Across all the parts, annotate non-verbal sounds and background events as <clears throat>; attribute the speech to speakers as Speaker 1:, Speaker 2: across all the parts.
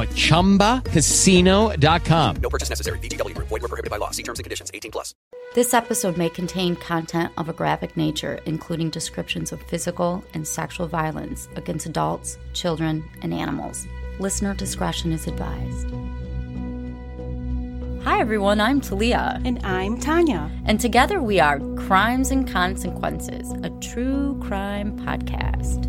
Speaker 1: at ChumbaCasino.com.
Speaker 2: No purchase necessary. VGW Group. Void were prohibited by law. See terms and conditions. 18 plus.
Speaker 3: This episode may contain content of a graphic nature, including descriptions of physical and sexual violence against adults, children, and animals. Listener discretion is advised. Hi, everyone. I'm Talia.
Speaker 4: And I'm Tanya.
Speaker 3: And together we are Crimes and Consequences, a true crime podcast.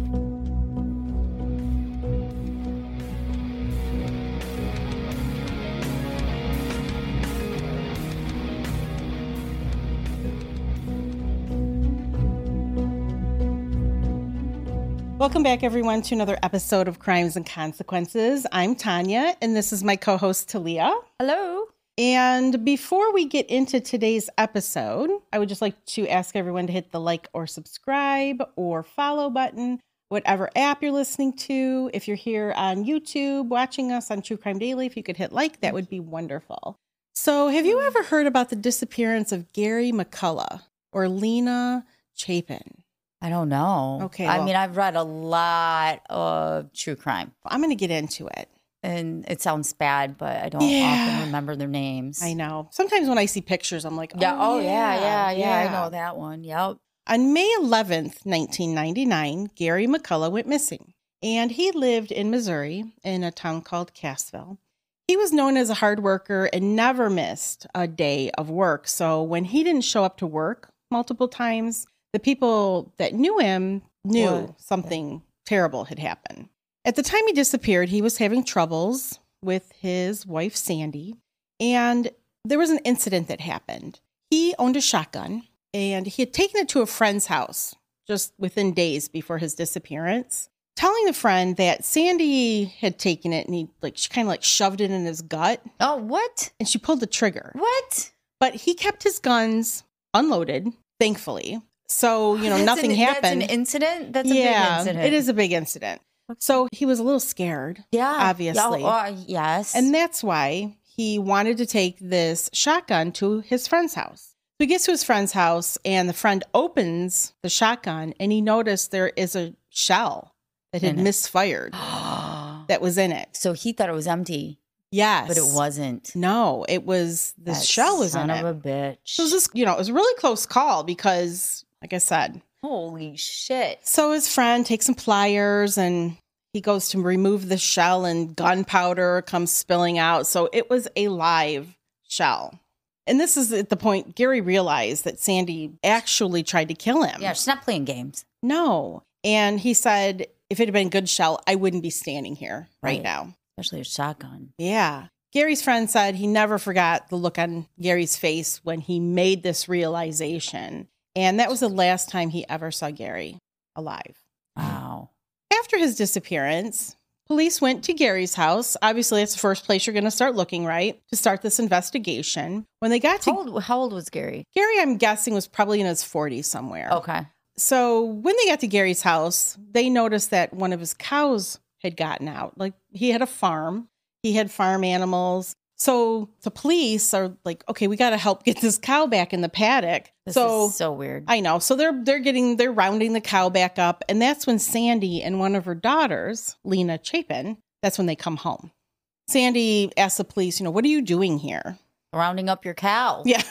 Speaker 4: Welcome back, everyone, to another episode of Crimes and Consequences. I'm Tanya, and this is my co host, Talia.
Speaker 3: Hello.
Speaker 4: And before we get into today's episode, I would just like to ask everyone to hit the like or subscribe or follow button, whatever app you're listening to. If you're here on YouTube watching us on True Crime Daily, if you could hit like, that would be wonderful. So, have you ever heard about the disappearance of Gary McCullough or Lena Chapin?
Speaker 3: I don't know.
Speaker 4: Okay,
Speaker 3: I
Speaker 4: well-
Speaker 3: mean, I've read a lot of true crime,
Speaker 4: I'm going to get into it.
Speaker 3: and it sounds bad, but I don't
Speaker 4: Yeah.
Speaker 3: often remember their names.
Speaker 4: I know. Sometimes when I see pictures, I'm like,
Speaker 3: Yeah. Oh, yeah, yeah, yeah, I know that one. Yep.
Speaker 4: On May 11th, 1999, Gary McCullough went missing, and he lived in Missouri in a town called Cassville. He was known as a hard worker and never missed a day of work. So when he didn't show up to work multiple times, the people that knew him knew
Speaker 3: What?
Speaker 4: something terrible had happened. At the time he disappeared, he was having troubles with his wife, Sandy, and there was an incident that happened. He owned a shotgun and he had taken it to a friend's house just within days before his disappearance, telling the friend that Sandy had taken it and he like she kind of like shoved it in his gut
Speaker 3: Oh, what?
Speaker 4: and she pulled the trigger.
Speaker 3: What?
Speaker 4: But he kept his guns unloaded, thankfully. So, you know,
Speaker 3: Oh, That's
Speaker 4: nothing
Speaker 3: an-
Speaker 4: happened.
Speaker 3: That's an incident. That's a big incident.
Speaker 4: It is a big incident. So he was a little scared.
Speaker 3: Yeah.
Speaker 4: obviously.
Speaker 3: Oh, oh, yes.
Speaker 4: And that's why he wanted to take this shotgun to his friend's house. So he gets to his friend's house, and the friend opens the shotgun, and he noticed there is a shell that had
Speaker 3: In it. <gasps>
Speaker 4: misfired that was in it.
Speaker 3: <gasps> so he thought it was empty,
Speaker 4: Yes,
Speaker 3: but it wasn't.
Speaker 4: No, it was the
Speaker 3: That
Speaker 4: shell was in
Speaker 3: son
Speaker 4: it.
Speaker 3: of a bitch.
Speaker 4: so it was just you know, it was a really close call because, like I said,
Speaker 3: Holy shit.
Speaker 4: so his friend takes some pliers and. He goes to remove the shell and gunpowder comes spilling out. So it was a live shell. And this is at the point Gary realized that Sandy actually tried to kill him.
Speaker 3: Yeah, she's not playing games.
Speaker 4: No. And he said, if it had been good shell, I wouldn't be standing here right,
Speaker 3: Right.
Speaker 4: now.
Speaker 3: Especially a shotgun.
Speaker 4: Yeah. Gary's friend said he never forgot the look on Gary's face when he made this realization. And that was the last time he ever saw Gary alive.
Speaker 3: Wow.
Speaker 4: After his disappearance, police went to Gary's house. Obviously, that's the first place you're going to start looking, right? To start this investigation. When they got <clears throat> to
Speaker 3: How old, how old was Gary?
Speaker 4: Gary, I'm guessing, was probably in his 40s somewhere.
Speaker 3: Okay.
Speaker 4: So when they got to Gary's house, they noticed that one of his cows had gotten out. Like he had a farm, he had farm animals. So the police are like, okay, we got to help get this cow back in the paddock.
Speaker 3: This
Speaker 4: so
Speaker 3: is so weird.
Speaker 4: I know. So they're they're getting they're rounding the cow back up, and that's when Sandy and one of her daughters, Lena Chapin, that's when they come home. Sandy asks the police, you know, what are you doing here? <laughs>
Speaker 3: Rounding up your cow.
Speaker 4: Yeah.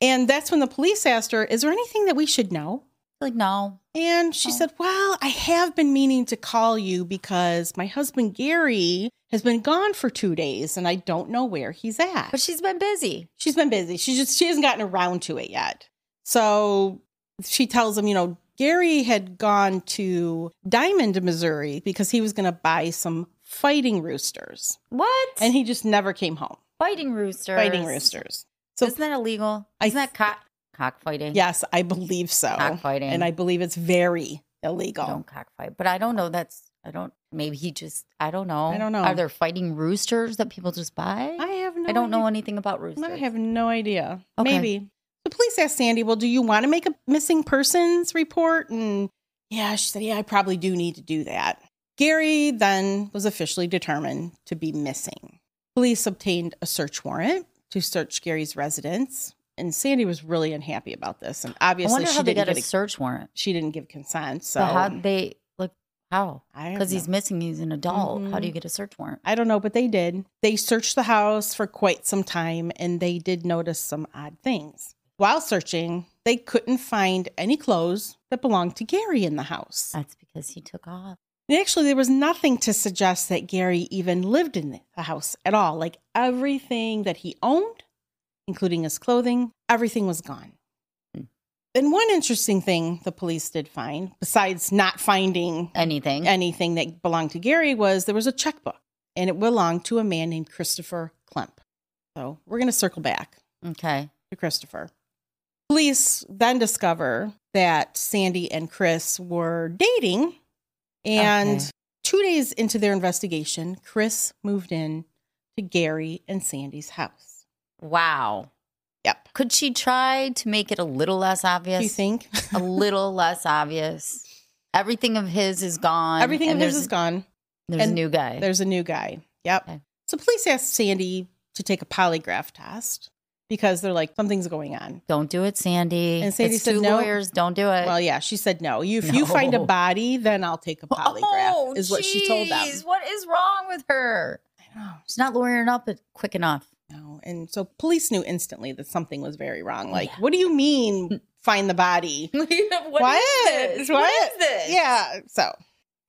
Speaker 4: and that's when the police asked her, is there anything that we should know?
Speaker 3: Like, no,
Speaker 4: And she
Speaker 3: Oh.
Speaker 4: said, Well, I have been meaning to call you because my husband Gary has been gone for two days and I don't know where he's at.
Speaker 3: but she's been busy.
Speaker 4: she's been busy. She just she hasn't gotten around to it yet. So she tells him, you know, Gary had gone to Diamond, Missouri because he was going to buy some fighting roosters
Speaker 3: What?
Speaker 4: and he just never came home.
Speaker 3: fighting roosters.
Speaker 4: Fighting roosters. So
Speaker 3: Isn't that illegal?
Speaker 4: I-
Speaker 3: Isn't that cock cockfighting?
Speaker 4: yes, I believe so.
Speaker 3: Cockfighting.
Speaker 4: And I believe it's very
Speaker 3: I
Speaker 4: illegal.
Speaker 3: don't cockfight, but I don't know. That's I don't. Maybe he just. I don't know.
Speaker 4: I don't know.
Speaker 3: Are there fighting roosters that people just buy?
Speaker 4: I have no
Speaker 3: I don't know
Speaker 4: idea.
Speaker 3: anything about roosters.
Speaker 4: I have no idea.
Speaker 3: Okay.
Speaker 4: Maybe. The police asked Sandy, Well, do you want to make a missing persons report? And yeah, she said, Yeah, I probably do need to do that. Gary then was officially determined to be missing. Police obtained a search warrant to search Gary's residence. And Sandy was really unhappy about this. And
Speaker 3: I
Speaker 4: obviously,
Speaker 3: wonder
Speaker 4: she,
Speaker 3: how they
Speaker 4: didn't
Speaker 3: got a
Speaker 4: get a-
Speaker 3: search warrant.
Speaker 4: she didn't give consent. So mm.
Speaker 3: So how they like how?
Speaker 4: I
Speaker 3: Because
Speaker 4: don't
Speaker 3: he's missing. He's an adult. How do you
Speaker 4: Mhm.
Speaker 3: get a search warrant?
Speaker 4: I don't know, but they did. They searched the house for quite some time and they did notice some odd things. While searching, they couldn't find any clothes that belonged to Gary in the house.
Speaker 3: That's because he took off.
Speaker 4: And actually, there was nothing to suggest that Gary even lived in the house at all. Like everything that he owned, including his clothing, everything was gone.
Speaker 3: Hmm.
Speaker 4: And one interesting thing the police did find, besides not finding
Speaker 3: Anything.
Speaker 4: anything that belonged to Gary was there was a checkbook and it belonged to a man named Christopher Klemp. So we're going to circle back
Speaker 3: okay.
Speaker 4: to Christopher. Police then discover that Sandy and Chris were dating. And
Speaker 3: Okay.
Speaker 4: two days into their investigation, Chris moved in to Gary and Sandy's house.
Speaker 3: Wow.
Speaker 4: Yep.
Speaker 3: Could she try to make it a little less obvious?
Speaker 4: Do you think?
Speaker 3: a little less obvious. Everything of his is gone.
Speaker 4: Everything
Speaker 3: Um,
Speaker 4: of
Speaker 3: and
Speaker 4: his
Speaker 3: there's-
Speaker 4: is gone.
Speaker 3: There's
Speaker 4: and
Speaker 3: a new guy.
Speaker 4: There's a new guy. Yep.
Speaker 3: Okay.
Speaker 4: So police asked Sandy to take a polygraph test because they're like, something's going on.
Speaker 3: Don't do it, Sandy.
Speaker 4: And Sadie
Speaker 3: it's
Speaker 4: said
Speaker 3: two
Speaker 4: no.
Speaker 3: lawyers. Don't do it.
Speaker 4: Well, yeah, she said no. You, if you find
Speaker 3: <laughs>
Speaker 4: a
Speaker 3: No. Oh,
Speaker 4: body, then I'll take a polygraph, is what she told them.
Speaker 3: jeez, What is wrong with her?
Speaker 4: I know.
Speaker 3: She's not lawyering up it quick enough.
Speaker 4: No. And so police knew instantly that something was very wrong. Like,
Speaker 3: Yeah.
Speaker 4: what do you
Speaker 3: <laughs>
Speaker 4: mean find the body?
Speaker 3: what
Speaker 4: <laughs> What?
Speaker 3: is this?
Speaker 4: What?
Speaker 3: is this?
Speaker 4: Yeah. So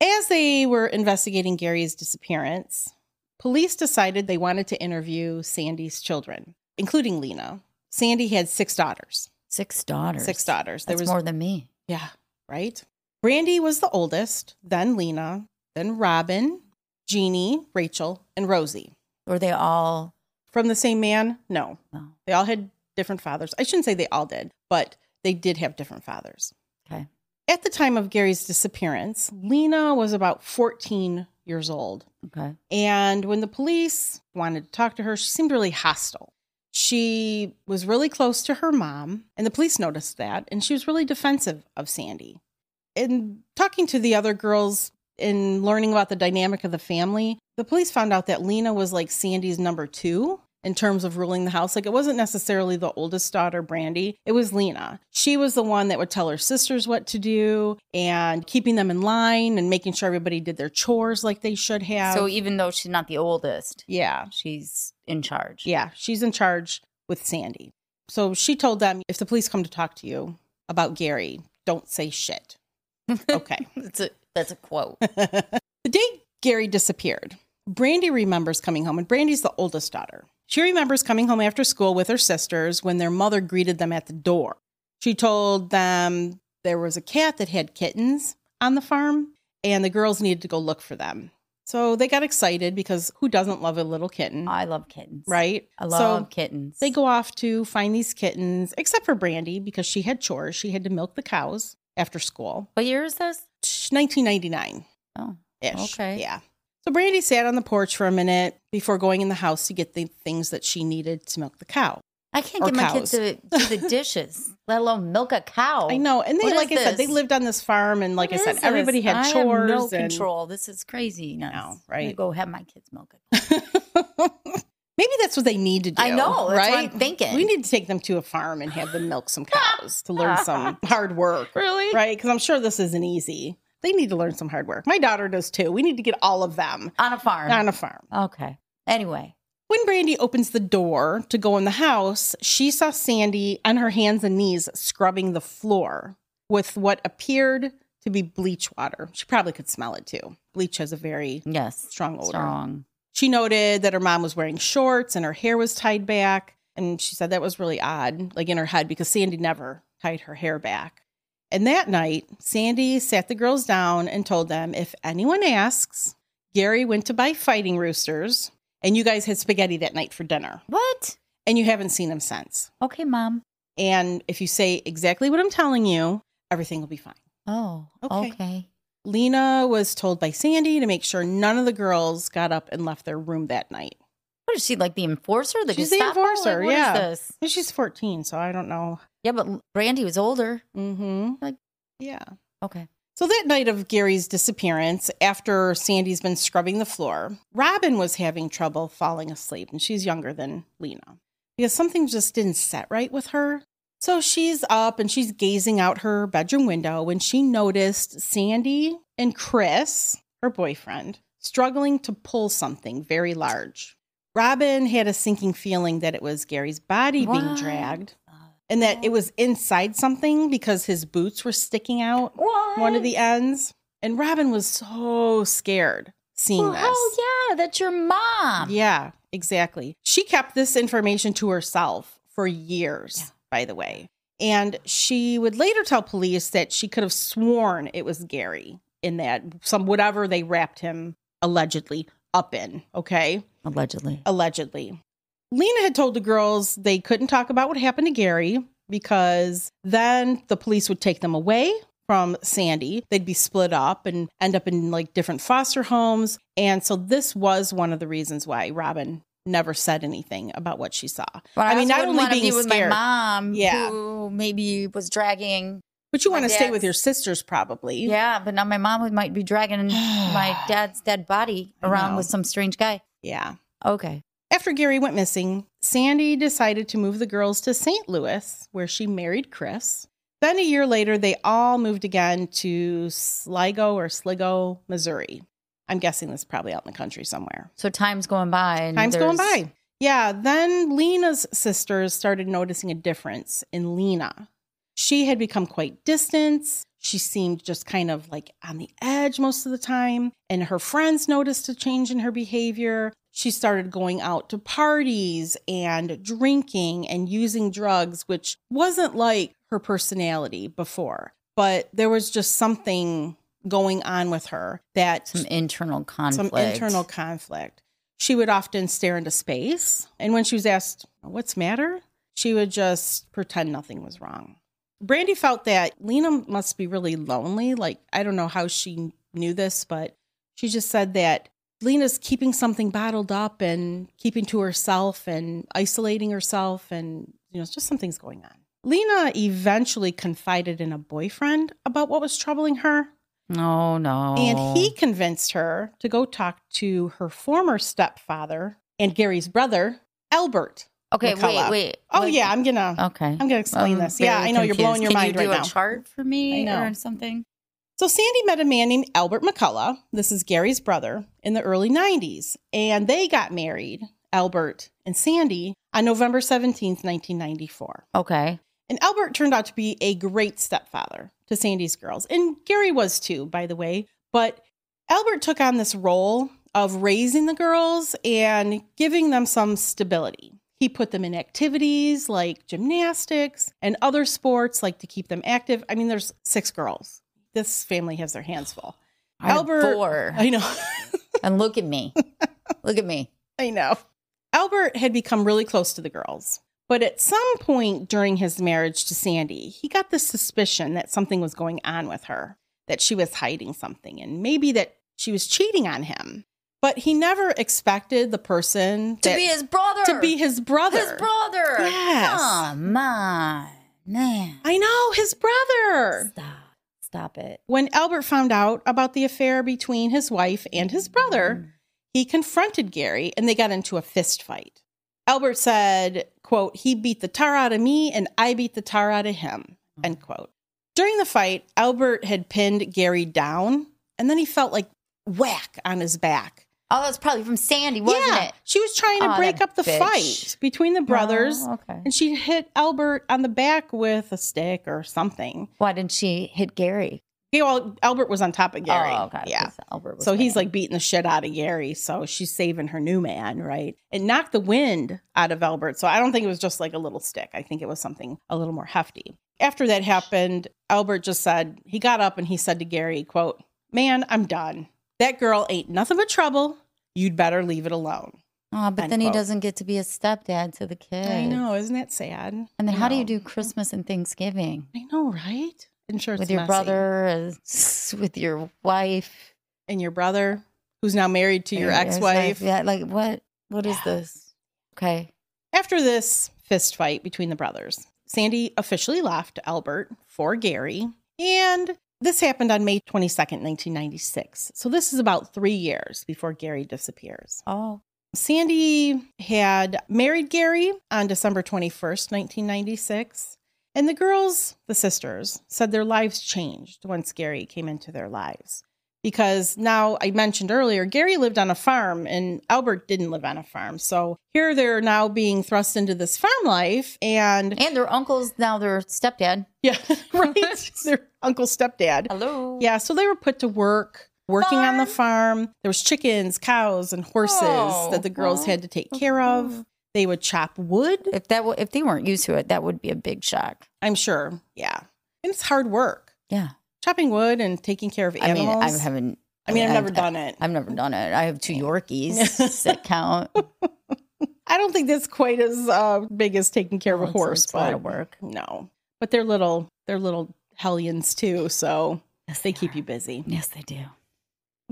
Speaker 4: as they were investigating Gary's disappearance, police decided they wanted to interview Sandy's children, including Lena. Sandy had six daughters.
Speaker 3: Six daughters.
Speaker 4: Six daughters. There
Speaker 3: That's
Speaker 4: was
Speaker 3: more than me.
Speaker 4: Yeah, right? Brandy was the oldest, then Lena, then Robin, Jeannie, Rachel, and Rosie.
Speaker 3: Were they all?
Speaker 4: From the same man? No.
Speaker 3: No.
Speaker 4: They all had different fathers. I shouldn't say they all did, but they did have different fathers.
Speaker 3: Okay.
Speaker 4: At the time of Gary's disappearance, Lena was about 14 years old.
Speaker 3: Okay.
Speaker 4: And when the police wanted to talk to her, she seemed really hostile. She was really close to her mom, and the police noticed that, and she was really defensive of Sandy. In talking to the other girls and learning about the dynamic of the family, the police found out that Lena was like Sandy's number two in terms of ruling the house. Like it wasn't necessarily the oldest daughter, Brandy, it was Lena. She was the one that would tell her sisters what to do and keeping them in line and making sure everybody did their chores like they should have.
Speaker 3: So even though she's not the oldest,
Speaker 4: Yeah.
Speaker 3: she's in charge.
Speaker 4: Yeah. She's in charge with Sandy. So she told them if the police come to talk to you about Gary, don't say shit.
Speaker 3: <laughs>
Speaker 4: Okay.
Speaker 3: That's a that's a
Speaker 4: <laughs>
Speaker 3: quote.
Speaker 4: the day Gary disappeared, Brandy remembers coming home, and Brandy's the oldest daughter. She remembers coming home after school with her sisters when their mother greeted them at the door. She told them there was a cat that had kittens on the farm, and the girls needed to go look for them. So they got excited because who doesn't love a little kitten,
Speaker 3: I love kittens.
Speaker 4: right?
Speaker 3: I
Speaker 4: So-
Speaker 3: love kittens.
Speaker 4: They go off to find these kittens, except for Brandy because she had chores. She had to milk the cows after school.
Speaker 3: What year is this?
Speaker 4: 1999
Speaker 3: Oh,
Speaker 4: ish.
Speaker 3: Okay.
Speaker 4: Yeah. So Brandy sat on the porch for a minute before going in the house to get the things that she needed to milk the cow.
Speaker 3: I can't
Speaker 4: Or
Speaker 3: get my kids to do
Speaker 4: <laughs>
Speaker 3: the dishes, let alone milk a cow.
Speaker 4: I know. And they,
Speaker 3: Oh. What is
Speaker 4: like I said, they
Speaker 3: this?
Speaker 4: lived on this farm. And like
Speaker 3: What
Speaker 4: I said,
Speaker 3: is
Speaker 4: everybody
Speaker 3: this?
Speaker 4: had
Speaker 3: I have
Speaker 4: chores.
Speaker 3: no
Speaker 4: and-
Speaker 3: control. This is crazy. Now,
Speaker 4: know,
Speaker 3: I'm gonna
Speaker 4: right?
Speaker 3: go have my kids milk it.
Speaker 4: <laughs> Maybe that's what they need to do.
Speaker 3: I know, that's
Speaker 4: right?
Speaker 3: what I'm thinking.
Speaker 4: We need to take them to a farm and have them milk some cows to learn
Speaker 3: <laughs>
Speaker 4: some hard work.
Speaker 3: Really?
Speaker 4: Right? Because I'm sure this isn't easy. They need to learn some hard work. My daughter does too. We need to get all of them
Speaker 3: On a farm.
Speaker 4: on a farm.
Speaker 3: okay. Anyway,
Speaker 4: When Brandy opens the door to go in the house, she saw Sandy on her hands and knees scrubbing the floor with what appeared to be bleach water. She probably could smell it too. Bleach has a very
Speaker 3: Yes.
Speaker 4: strong odor.
Speaker 3: Strong.
Speaker 4: She noted that her mom was wearing shorts and her hair was tied back. And she said that was really odd, like in her head, because Sandy never tied her hair back. And that night, Sandy sat the girls down and told them if anyone asks, Gary went to buy fighting roosters, and you guys had spaghetti that night for dinner,
Speaker 3: What?
Speaker 4: and you haven't seen him since.
Speaker 3: Okay, mom.
Speaker 4: And if you say exactly what I'm telling you, everything will be fine.
Speaker 3: Oh,
Speaker 4: Okay.
Speaker 3: okay.
Speaker 4: Lena was told by Sandy to make sure none of the girls got up and left their room that night.
Speaker 3: What is she like the enforcer? The
Speaker 4: She's the
Speaker 3: Gestapo? Like,
Speaker 4: enforcer,
Speaker 3: what is
Speaker 4: yeah.
Speaker 3: this?
Speaker 4: And She's 14, so I don't know.
Speaker 3: Yeah, but Brandy was older.
Speaker 4: Mm-hmm.
Speaker 3: Like-
Speaker 4: yeah.
Speaker 3: Okay.
Speaker 4: So that night of Gary's disappearance, after Sandy's been scrubbing the floor, Robin was having trouble falling asleep, and she's younger than Lena because something just didn't set right with her. So she's up and she's gazing out her bedroom window when she noticed Sandy and Chris, her boyfriend, struggling to pull something very large. Robin had a sinking feeling that it was Gary's body being
Speaker 3: What?
Speaker 4: dragged and that
Speaker 3: Oh.
Speaker 4: it was inside something because his boots were sticking out
Speaker 3: What?
Speaker 4: one of the ends. And Robin was so scared seeing
Speaker 3: Well, hell
Speaker 4: this.
Speaker 3: yeah, that's your mom.
Speaker 4: Yeah, exactly. She kept this information to herself for years, by the way. And she would later tell police that she could have sworn it was Gary in that some whatever they wrapped him allegedly up in. Okay.
Speaker 3: Allegedly.
Speaker 4: Allegedly. Lena had told the girls they couldn't talk about what happened to Gary because then the police would take them away from Sandy. They'd be split up and end up in like different foster homes. And so this was one of the reasons why Robin never said anything about what she saw.
Speaker 3: But
Speaker 4: I mean, not
Speaker 3: also wouldn't
Speaker 4: only
Speaker 3: wanna
Speaker 4: being
Speaker 3: be with my
Speaker 4: scared.
Speaker 3: mom,
Speaker 4: Yeah.
Speaker 3: who maybe was dragging.
Speaker 4: But you
Speaker 3: My
Speaker 4: want to stay
Speaker 3: dad's-
Speaker 4: with your sisters probably.
Speaker 3: Yeah, but now my mom would- might be
Speaker 4: <sighs>
Speaker 3: dragging my dad's dead body
Speaker 4: I know.
Speaker 3: around with some strange guy.
Speaker 4: Yeah.
Speaker 3: Okay.
Speaker 4: After Gary went missing, Sandy decided to move the girls to St. Louis, where she married Chris. Then a year later, they all moved again to Sligo or Sligo, Missouri. I'm guessing that's probably out in the country somewhere.
Speaker 3: So time's going by. And
Speaker 4: Time's going
Speaker 3: there's-
Speaker 4: by. Yeah, then Lena's sisters started noticing a difference in Lena. She had become quite distant. She seemed just kind of like on the edge most of the time. And her friends noticed a change in her behavior. She started going out to parties and drinking and using drugs, which wasn't like her personality before. But there was just something going on with her that
Speaker 3: Some internal conflict.
Speaker 4: some internal conflict. She would often stare into space. And when she was asked, What's matter? she would just pretend nothing was wrong. Brandy felt that Lena must be really lonely. Like, I don't know how she knew this, but she just said that Lena's keeping something bottled up and keeping to herself and isolating herself. And, you know, it's just something's going on. Lena eventually confided in a boyfriend about what was troubling her.
Speaker 3: No, Oh, no.
Speaker 4: And he convinced her to go talk to her former stepfather and Gary's brother, Albert.
Speaker 3: Okay,
Speaker 4: McCullough.
Speaker 3: wait, wait.
Speaker 4: Oh
Speaker 3: Like-
Speaker 4: yeah, I'm gonna
Speaker 3: Okay.
Speaker 4: I'm gonna explain
Speaker 3: I'm
Speaker 4: this. Yeah,
Speaker 3: very
Speaker 4: I know you're blowing
Speaker 3: confused.
Speaker 4: your
Speaker 3: Can
Speaker 4: mind
Speaker 3: you do
Speaker 4: right
Speaker 3: a
Speaker 4: now.
Speaker 3: chart for
Speaker 4: I
Speaker 3: me
Speaker 4: know.
Speaker 3: or something?
Speaker 4: So Sandy met a man named Albert McCullough. This is Gary's brother in the early 90s, and they got married, Albert and Sandy, on November 17th, 1994.
Speaker 3: Okay.
Speaker 4: And Albert turned out to be a great stepfather to Sandy's girls. And Gary was too, by the way. But Albert took on this role of raising the girls and giving them some stability. He put them in activities like gymnastics and other sports, like to keep them active. I mean, there's six girls. This family has their hands full.
Speaker 3: I had
Speaker 4: Albert-
Speaker 3: Four.
Speaker 4: I know.
Speaker 3: and look at
Speaker 4: <laughs>
Speaker 3: me. Look at me.
Speaker 4: I know. Albert had become really close to the girls, but at some point during his marriage to Sandy, he got the suspicion that something was going on with her, that she was hiding something, and maybe that she was cheating on him. But he never expected the person
Speaker 3: To
Speaker 4: that-
Speaker 3: be his brother.
Speaker 4: to be his brother.
Speaker 3: His brother.
Speaker 4: Yes.
Speaker 3: Come on, man.
Speaker 4: I know his brother.
Speaker 3: Stop. Stop it.
Speaker 4: When Albert found out about the affair between his wife and his brother,
Speaker 3: Mm.
Speaker 4: he confronted Gary and they got into a fist fight. Albert said, quote, he beat the tar out of me and I beat the tar out of him,
Speaker 3: Mm-hmm.
Speaker 4: end quote. During the fight, Albert had pinned Gary down and then he felt like whack on his back.
Speaker 3: Oh, that's probably from Sandy, wasn't
Speaker 4: yeah,
Speaker 3: it?
Speaker 4: she was trying to
Speaker 3: Aw,
Speaker 4: break
Speaker 3: that
Speaker 4: up the
Speaker 3: bitch.
Speaker 4: fight between the brothers,
Speaker 3: Oh, okay.
Speaker 4: and she hit Albert on the back with a stick or something.
Speaker 3: Why didn't she hit Gary?
Speaker 4: Yeah, well, Albert was on top of Gary.
Speaker 3: Oh, okay.
Speaker 4: Yeah.
Speaker 3: 'cause Albert was
Speaker 4: So he's
Speaker 3: winning.
Speaker 4: like beating the shit out of Gary. So she's saving her new man, right? It knocked the wind out of Albert. So I don't think it was just like a little stick. I think it was something a little more hefty. After that happened, Albert just said, he got up and he said to Gary, quote, Man, I'm done. That girl ain't nothing but trouble. You'd better leave it alone.
Speaker 3: Oh, but
Speaker 4: end
Speaker 3: then he
Speaker 4: quote.
Speaker 3: doesn't get to be a stepdad to the kid.
Speaker 4: I know. Isn't that sad?
Speaker 3: And then
Speaker 4: I
Speaker 3: how do
Speaker 4: know.
Speaker 3: you do Christmas and Thanksgiving
Speaker 4: I know, right? And sure, it's
Speaker 3: with your
Speaker 4: messy.
Speaker 3: brother, <laughs> as- with your wife,
Speaker 4: and your brother, who's now married to your
Speaker 3: and
Speaker 4: ex wife.
Speaker 3: Yeah, like what? What is
Speaker 4: Yeah.
Speaker 3: this? Okay.
Speaker 4: After this fist fight between the brothers, Sandy officially left Albert for Gary. And this happened on May 22nd, 1996. So this is about three years before Gary disappears.
Speaker 3: Oh,
Speaker 4: Sandy had married Gary on December 21st, 1996. And the girls, the sisters, said their lives changed once Gary came into their lives. Because now I mentioned earlier, Gary lived on a farm and Albert didn't live on a farm. So here they're now being thrust into this farm life. And
Speaker 3: and their uncle's now their stepdad.
Speaker 4: yeah, <laughs> right? their uncle stepdad.
Speaker 3: Hello.
Speaker 4: Yeah, so they were put to work working on the farm. There was chickens, cows, and horses
Speaker 3: Oh,
Speaker 4: that the girls
Speaker 3: well,
Speaker 4: had to take care of. They would chop wood,
Speaker 3: If that w- if they weren't used to it, that would be a big shock.
Speaker 4: I'm sure. Yeah. And it's hard work.
Speaker 3: Yeah.
Speaker 4: Chopping wood and taking care of
Speaker 3: I mean,
Speaker 4: animals.
Speaker 3: I haven't.
Speaker 4: I mean, I've never done it.
Speaker 3: I've never done it. I have two
Speaker 4: Oh. <laughs>
Speaker 3: Yorkies that count.
Speaker 4: I don't think that's quite as uh, big as taking care of
Speaker 3: Well, Oh,
Speaker 4: a
Speaker 3: it's-
Speaker 4: horse,
Speaker 3: it's a
Speaker 4: but
Speaker 3: lot of work.
Speaker 4: no. But they're little, they're little hellions too, so they keep you busy.
Speaker 3: Yes, they do.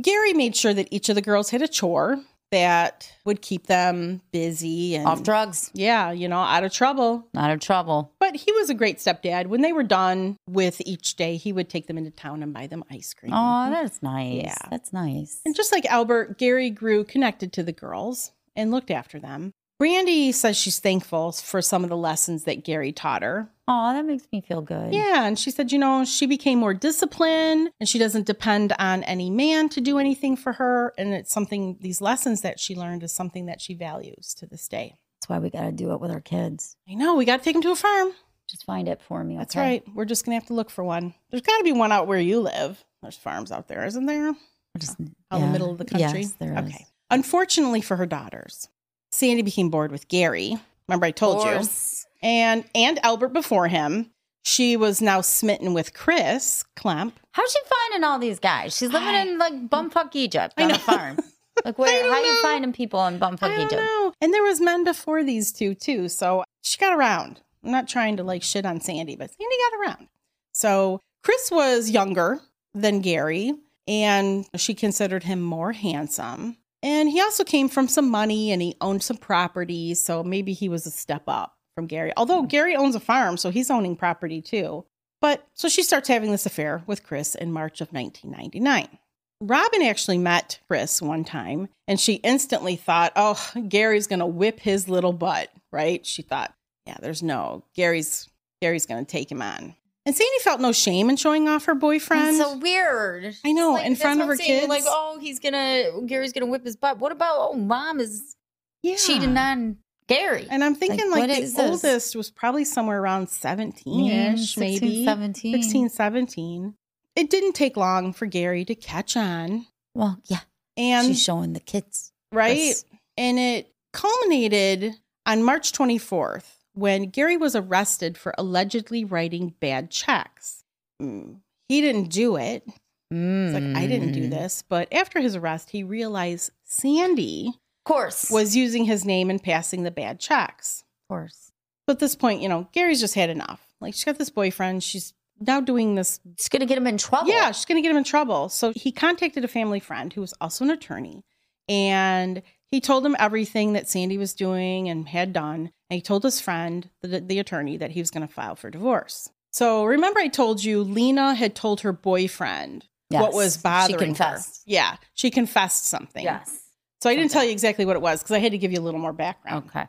Speaker 4: Gary made sure that each of the girls had a chore that would keep them busy and
Speaker 3: Off drugs,
Speaker 4: Yeah, you know, out of trouble.
Speaker 3: not in trouble.
Speaker 4: But he was a great stepdad. When they were done with each day, he would take them into town and buy them ice cream.
Speaker 3: Oh, that's nice.
Speaker 4: Mm-hmm. Yeah.
Speaker 3: That's nice.
Speaker 4: And just like Albert, Gary grew connected to the girls and looked after them. Brandy says she's thankful for some of the lessons that Gary taught her.
Speaker 3: Oh, that makes me feel good.
Speaker 4: Yeah, and she said, you know, she became more disciplined and she doesn't depend on any man to do anything for her. And it's something, these lessons that she learned is something that she values to this day.
Speaker 3: That's why we got to do it with our kids.
Speaker 4: I know, we got to take him to a farm.
Speaker 3: Just find it for me.
Speaker 4: That's
Speaker 3: okay?
Speaker 4: right. We're just gonna have to look for one. There's got to be one out where you live. There's farms out there, isn't there? Out
Speaker 3: We're Just,
Speaker 4: in the
Speaker 3: yeah.
Speaker 4: middle of the country.
Speaker 3: Yes, there is.
Speaker 4: okay. Unfortunately for her daughters, Sandy became bored with Gary. Remember I told you,
Speaker 3: Horse.
Speaker 4: and and Albert before him. She was now smitten with Chris Klemp.
Speaker 3: How's she finding all these guys? She's living
Speaker 4: I-
Speaker 3: in like bumfuck Egypt
Speaker 4: I
Speaker 3: on a
Speaker 4: know.
Speaker 3: farm.
Speaker 4: <laughs>
Speaker 3: Like,
Speaker 4: I
Speaker 3: where?
Speaker 4: don't
Speaker 3: How you
Speaker 4: know.
Speaker 3: finding people in
Speaker 4: I
Speaker 3: bumfuck
Speaker 4: don't
Speaker 3: Egypt?
Speaker 4: know. And there was men before these two too, so she got around. I'm not trying to like shit on Sandy, but Sandy got around. So Chris was younger than Gary, and she considered him more handsome. And he also came from some money and he owned some property, so maybe he was a step up from Gary. Although Gary owns a farm, so he's owning property too. But so she starts having this affair with Chris in March of 1999. Robin actually met Chris one time and she instantly thought, oh, Gary's going to whip his little butt, right? She thought, yeah, there's no, Gary's, Gary's going to take him on. And Sandy felt no shame in showing off her boyfriend.
Speaker 3: That's so weird.
Speaker 4: I know, in
Speaker 3: that's
Speaker 4: front
Speaker 3: what
Speaker 4: of
Speaker 3: I'm
Speaker 4: her
Speaker 3: saying, Like,
Speaker 4: kids.
Speaker 3: oh, he's gonna Gary's gonna whip his butt. What about oh, mom is
Speaker 4: yeah.
Speaker 3: cheating on Gary?
Speaker 4: And I'm thinking like,
Speaker 3: what
Speaker 4: the
Speaker 3: is this?
Speaker 4: oldest was probably somewhere around 17
Speaker 3: Yeah,
Speaker 4: ish,
Speaker 3: 16,
Speaker 4: maybe
Speaker 3: 17.
Speaker 4: 16, 17. It didn't take long for Gary to catch on.
Speaker 3: Well, yeah,
Speaker 4: And
Speaker 3: she's showing the kids.
Speaker 4: right.
Speaker 3: this.
Speaker 4: And it culminated on March 24th when Gary was arrested for allegedly writing bad checks. Mm, He didn't do it. It's like, I didn't do
Speaker 3: Mm.
Speaker 4: this. But after his arrest, he realized Sandy
Speaker 3: Of course,
Speaker 4: was using his name and passing the bad checks.
Speaker 3: of course.
Speaker 4: But at this point, you know, Gary's just had enough. Like she's got this boyfriend. She's now doing this.
Speaker 3: She's gonna get him in trouble.
Speaker 4: Yeah, she's going to get him in trouble. So he contacted a family friend who was also an attorney. And he told him everything that Sandy was doing and had done. And he told his friend, the, the attorney, that he was going to file for divorce. So remember, I told you Lena had told her boyfriend what
Speaker 3: Yes.
Speaker 4: was bothering
Speaker 3: She confessed.
Speaker 4: her. Yeah, she confessed something.
Speaker 3: Yes.
Speaker 4: So I didn't tell you exactly what it was because I had to give you a little more background.
Speaker 3: Okay.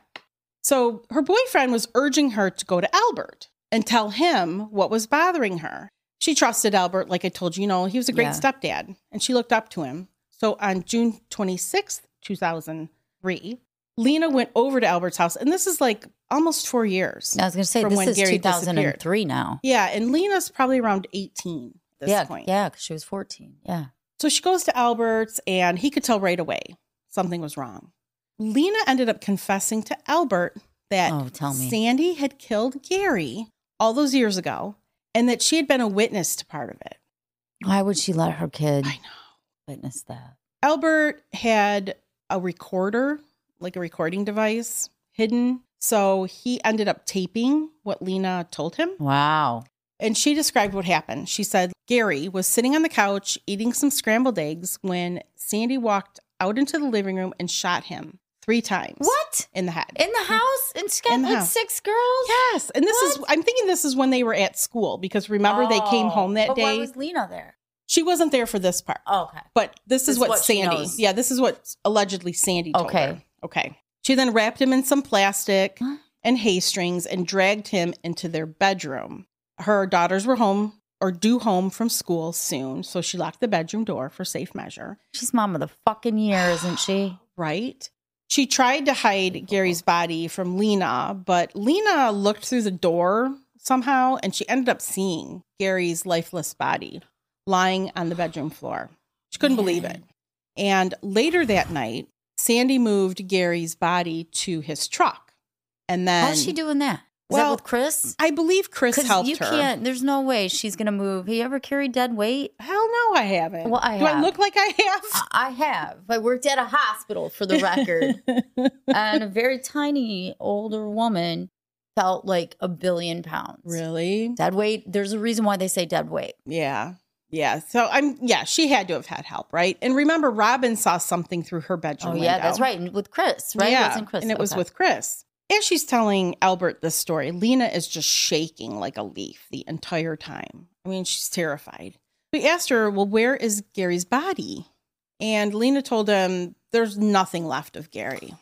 Speaker 4: So her boyfriend was urging her to go to Albert and tell him what was bothering her. She trusted Albert, like I told you, you know, he was a great
Speaker 3: Yeah.
Speaker 4: stepdad, and she looked up to him. So on June 26th, 2003, Lena went over to Albert's house. And this is like almost four years.
Speaker 3: I was going to say
Speaker 4: From when
Speaker 3: this is
Speaker 4: Gary
Speaker 3: 2003 now.
Speaker 4: Yeah. And Lena's probably around 18 at this
Speaker 3: yeah,
Speaker 4: point.
Speaker 3: yeah, 'cause she was 14. Yeah.
Speaker 4: So she goes to Albert's and he could tell right away something was wrong. Lena ended up confessing to Albert that
Speaker 3: Oh, tell me.
Speaker 4: Sandy had killed Gary all those years ago and that she had been a witness to part of it.
Speaker 3: Why would she let her kid
Speaker 4: I know.
Speaker 3: witness that?
Speaker 4: Albert had a recorder, like a recording device, hidden. So he ended up taping what Lena told him.
Speaker 3: Wow.
Speaker 4: And she described what happened. She said Gary was sitting on the couch eating some scrambled eggs when Sandy walked out into the living room and shot him three times.
Speaker 3: What?
Speaker 4: In the head.
Speaker 3: In the house? In Scotland?
Speaker 4: Mm. house.
Speaker 3: Six girls?
Speaker 4: yes. And this is
Speaker 3: What?
Speaker 4: I'm thinking this is when they were at school because remember they came
Speaker 3: Oh,
Speaker 4: home that
Speaker 3: but
Speaker 4: day.
Speaker 3: Why was Lena there?
Speaker 4: she wasn't there for this part.
Speaker 3: Oh, okay.
Speaker 4: But
Speaker 3: This
Speaker 4: this, is
Speaker 3: is
Speaker 4: what,
Speaker 3: what she
Speaker 4: Sandy.
Speaker 3: knows.
Speaker 4: Yeah, this is what allegedly Sandy told
Speaker 3: Okay.
Speaker 4: her. Okay. She then wrapped him in some plastic
Speaker 3: Huh?
Speaker 4: and hay strings and dragged him into their bedroom. Her daughters were home or due home from school soon, so she locked the bedroom door for safe measure.
Speaker 3: She's mom of the fucking year, isn't <sighs> she?
Speaker 4: Right? She tried to hide Gary's
Speaker 3: Uh-huh.
Speaker 4: body from Lena, but Lena looked through the door somehow and she ended up seeing Gary's lifeless body lying on the bedroom floor. She couldn't believe it.
Speaker 3: Man.
Speaker 4: And later that night, Sandy moved Gary's body to his truck. And then
Speaker 3: How's she doing that? Is
Speaker 4: Well,
Speaker 3: that with Chris?
Speaker 4: I believe Chris helped
Speaker 3: you
Speaker 4: her.
Speaker 3: can't. There's no way she's gonna move. Have you ever carried dead weight?
Speaker 4: Hell no, I haven't.
Speaker 3: Well, I
Speaker 4: Do I
Speaker 3: have. Uh,
Speaker 4: look like I have?
Speaker 3: I- I have. I worked at a hospital for the record,
Speaker 4: <laughs>
Speaker 3: and a very tiny older woman felt like a billion pounds.
Speaker 4: really?
Speaker 3: Dead weight. There's a reason why they say dead weight.
Speaker 4: Yeah. Yeah. So I'm yeah, she had to have had help, right? And remember Robin saw something through her bedroom
Speaker 3: Oh yeah,
Speaker 4: window.
Speaker 3: that's right. And with Chris, right?
Speaker 4: Yeah.
Speaker 3: It wasn't Chris.
Speaker 4: And it was
Speaker 3: Okay.
Speaker 4: with Chris. As she's telling Albert this story, Lena is just shaking like a leaf the entire time. I mean, she's terrified. We asked her, "Well, where is Gary's body?" And Lena told him, "There's nothing left of Gary.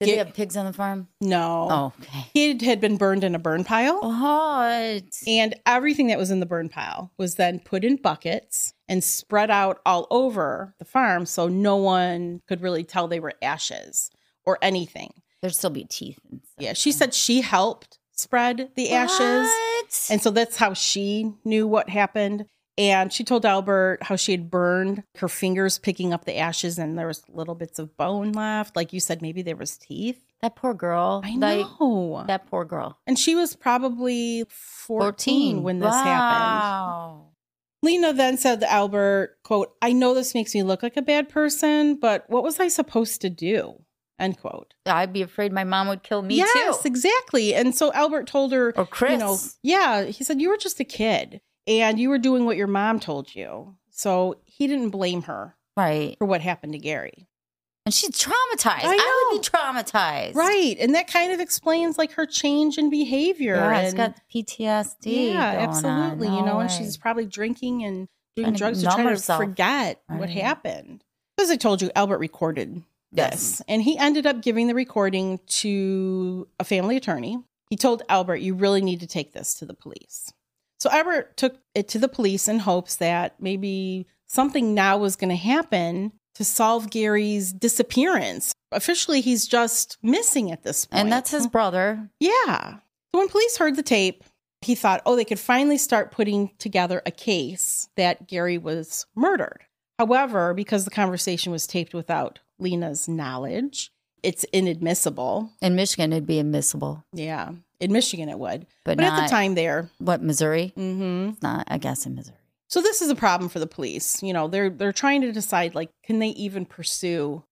Speaker 3: Did they
Speaker 4: Ga-
Speaker 3: have pigs on the farm?
Speaker 4: No.
Speaker 3: Oh, okay.
Speaker 4: He had been burned in a burn pile."
Speaker 3: Oh,
Speaker 4: And everything that was in the burn pile was then put in buckets and spread out all over the farm so no one could really tell they were ashes or anything.
Speaker 3: there'd still be teeth. And stuff.
Speaker 4: Yeah, she said she helped spread the ashes.
Speaker 3: What?
Speaker 4: And so that's how she knew what happened. And she told Albert how she had burned her fingers picking up the ashes and there was little bits of bone left. Like you said, maybe there was teeth.
Speaker 3: that poor girl.
Speaker 4: I know.
Speaker 3: Like, that poor girl.
Speaker 4: and she was probably 14, when this happened.
Speaker 3: Wow.
Speaker 4: Lena then said to Albert, quote, I know this makes me look like a bad person, but what was I supposed to do? End quote.
Speaker 3: I'd be afraid my mom would kill me
Speaker 4: yes,
Speaker 3: too.
Speaker 4: exactly. And so Albert told her,
Speaker 3: Or Chris.
Speaker 4: you know, yeah, he said, you were just a kid and you were doing what your mom told you. So he didn't blame her
Speaker 3: right.
Speaker 4: for what happened to Gary.
Speaker 3: And she's traumatized.
Speaker 4: I
Speaker 3: I,
Speaker 4: know.
Speaker 3: would be traumatized.
Speaker 4: Right. And that kind of explains like her change in behavior.
Speaker 3: Yeah,
Speaker 4: and,
Speaker 3: it's got PTSD.
Speaker 4: yeah,
Speaker 3: going
Speaker 4: absolutely.
Speaker 3: On.
Speaker 4: you
Speaker 3: No
Speaker 4: know, and
Speaker 3: way.
Speaker 4: she's probably drinking and doing
Speaker 3: Trying to
Speaker 4: drugs to
Speaker 3: numb
Speaker 4: try to
Speaker 3: herself.
Speaker 4: forget what
Speaker 3: Right.
Speaker 4: happened. As I told you, Albert recorded
Speaker 3: Yes.
Speaker 4: this, and he ended up giving the recording to a family attorney. He told Albert, "You really need to take this to the police." So Albert took it to the police in hopes that maybe something now was going to happen to solve Gary's disappearance. Officially, he's just missing at this point.
Speaker 3: And that's his brother.
Speaker 4: Yeah. So when police heard the tape, he thought, oh, they could finally start putting together a case that Gary was murdered. However, because the conversation was taped without Lena's knowledge, it's inadmissible.
Speaker 3: In Michigan, it'd be admissible,
Speaker 4: Yeah. In Michigan, it would.
Speaker 3: but,
Speaker 4: But,
Speaker 3: not,
Speaker 4: at the time there,
Speaker 3: what Missouri?
Speaker 4: mm-hmm.
Speaker 3: It's Not, I guess, in Missouri.
Speaker 4: so this is a problem for the police. You know, they're they're trying to decide like, can they even pursue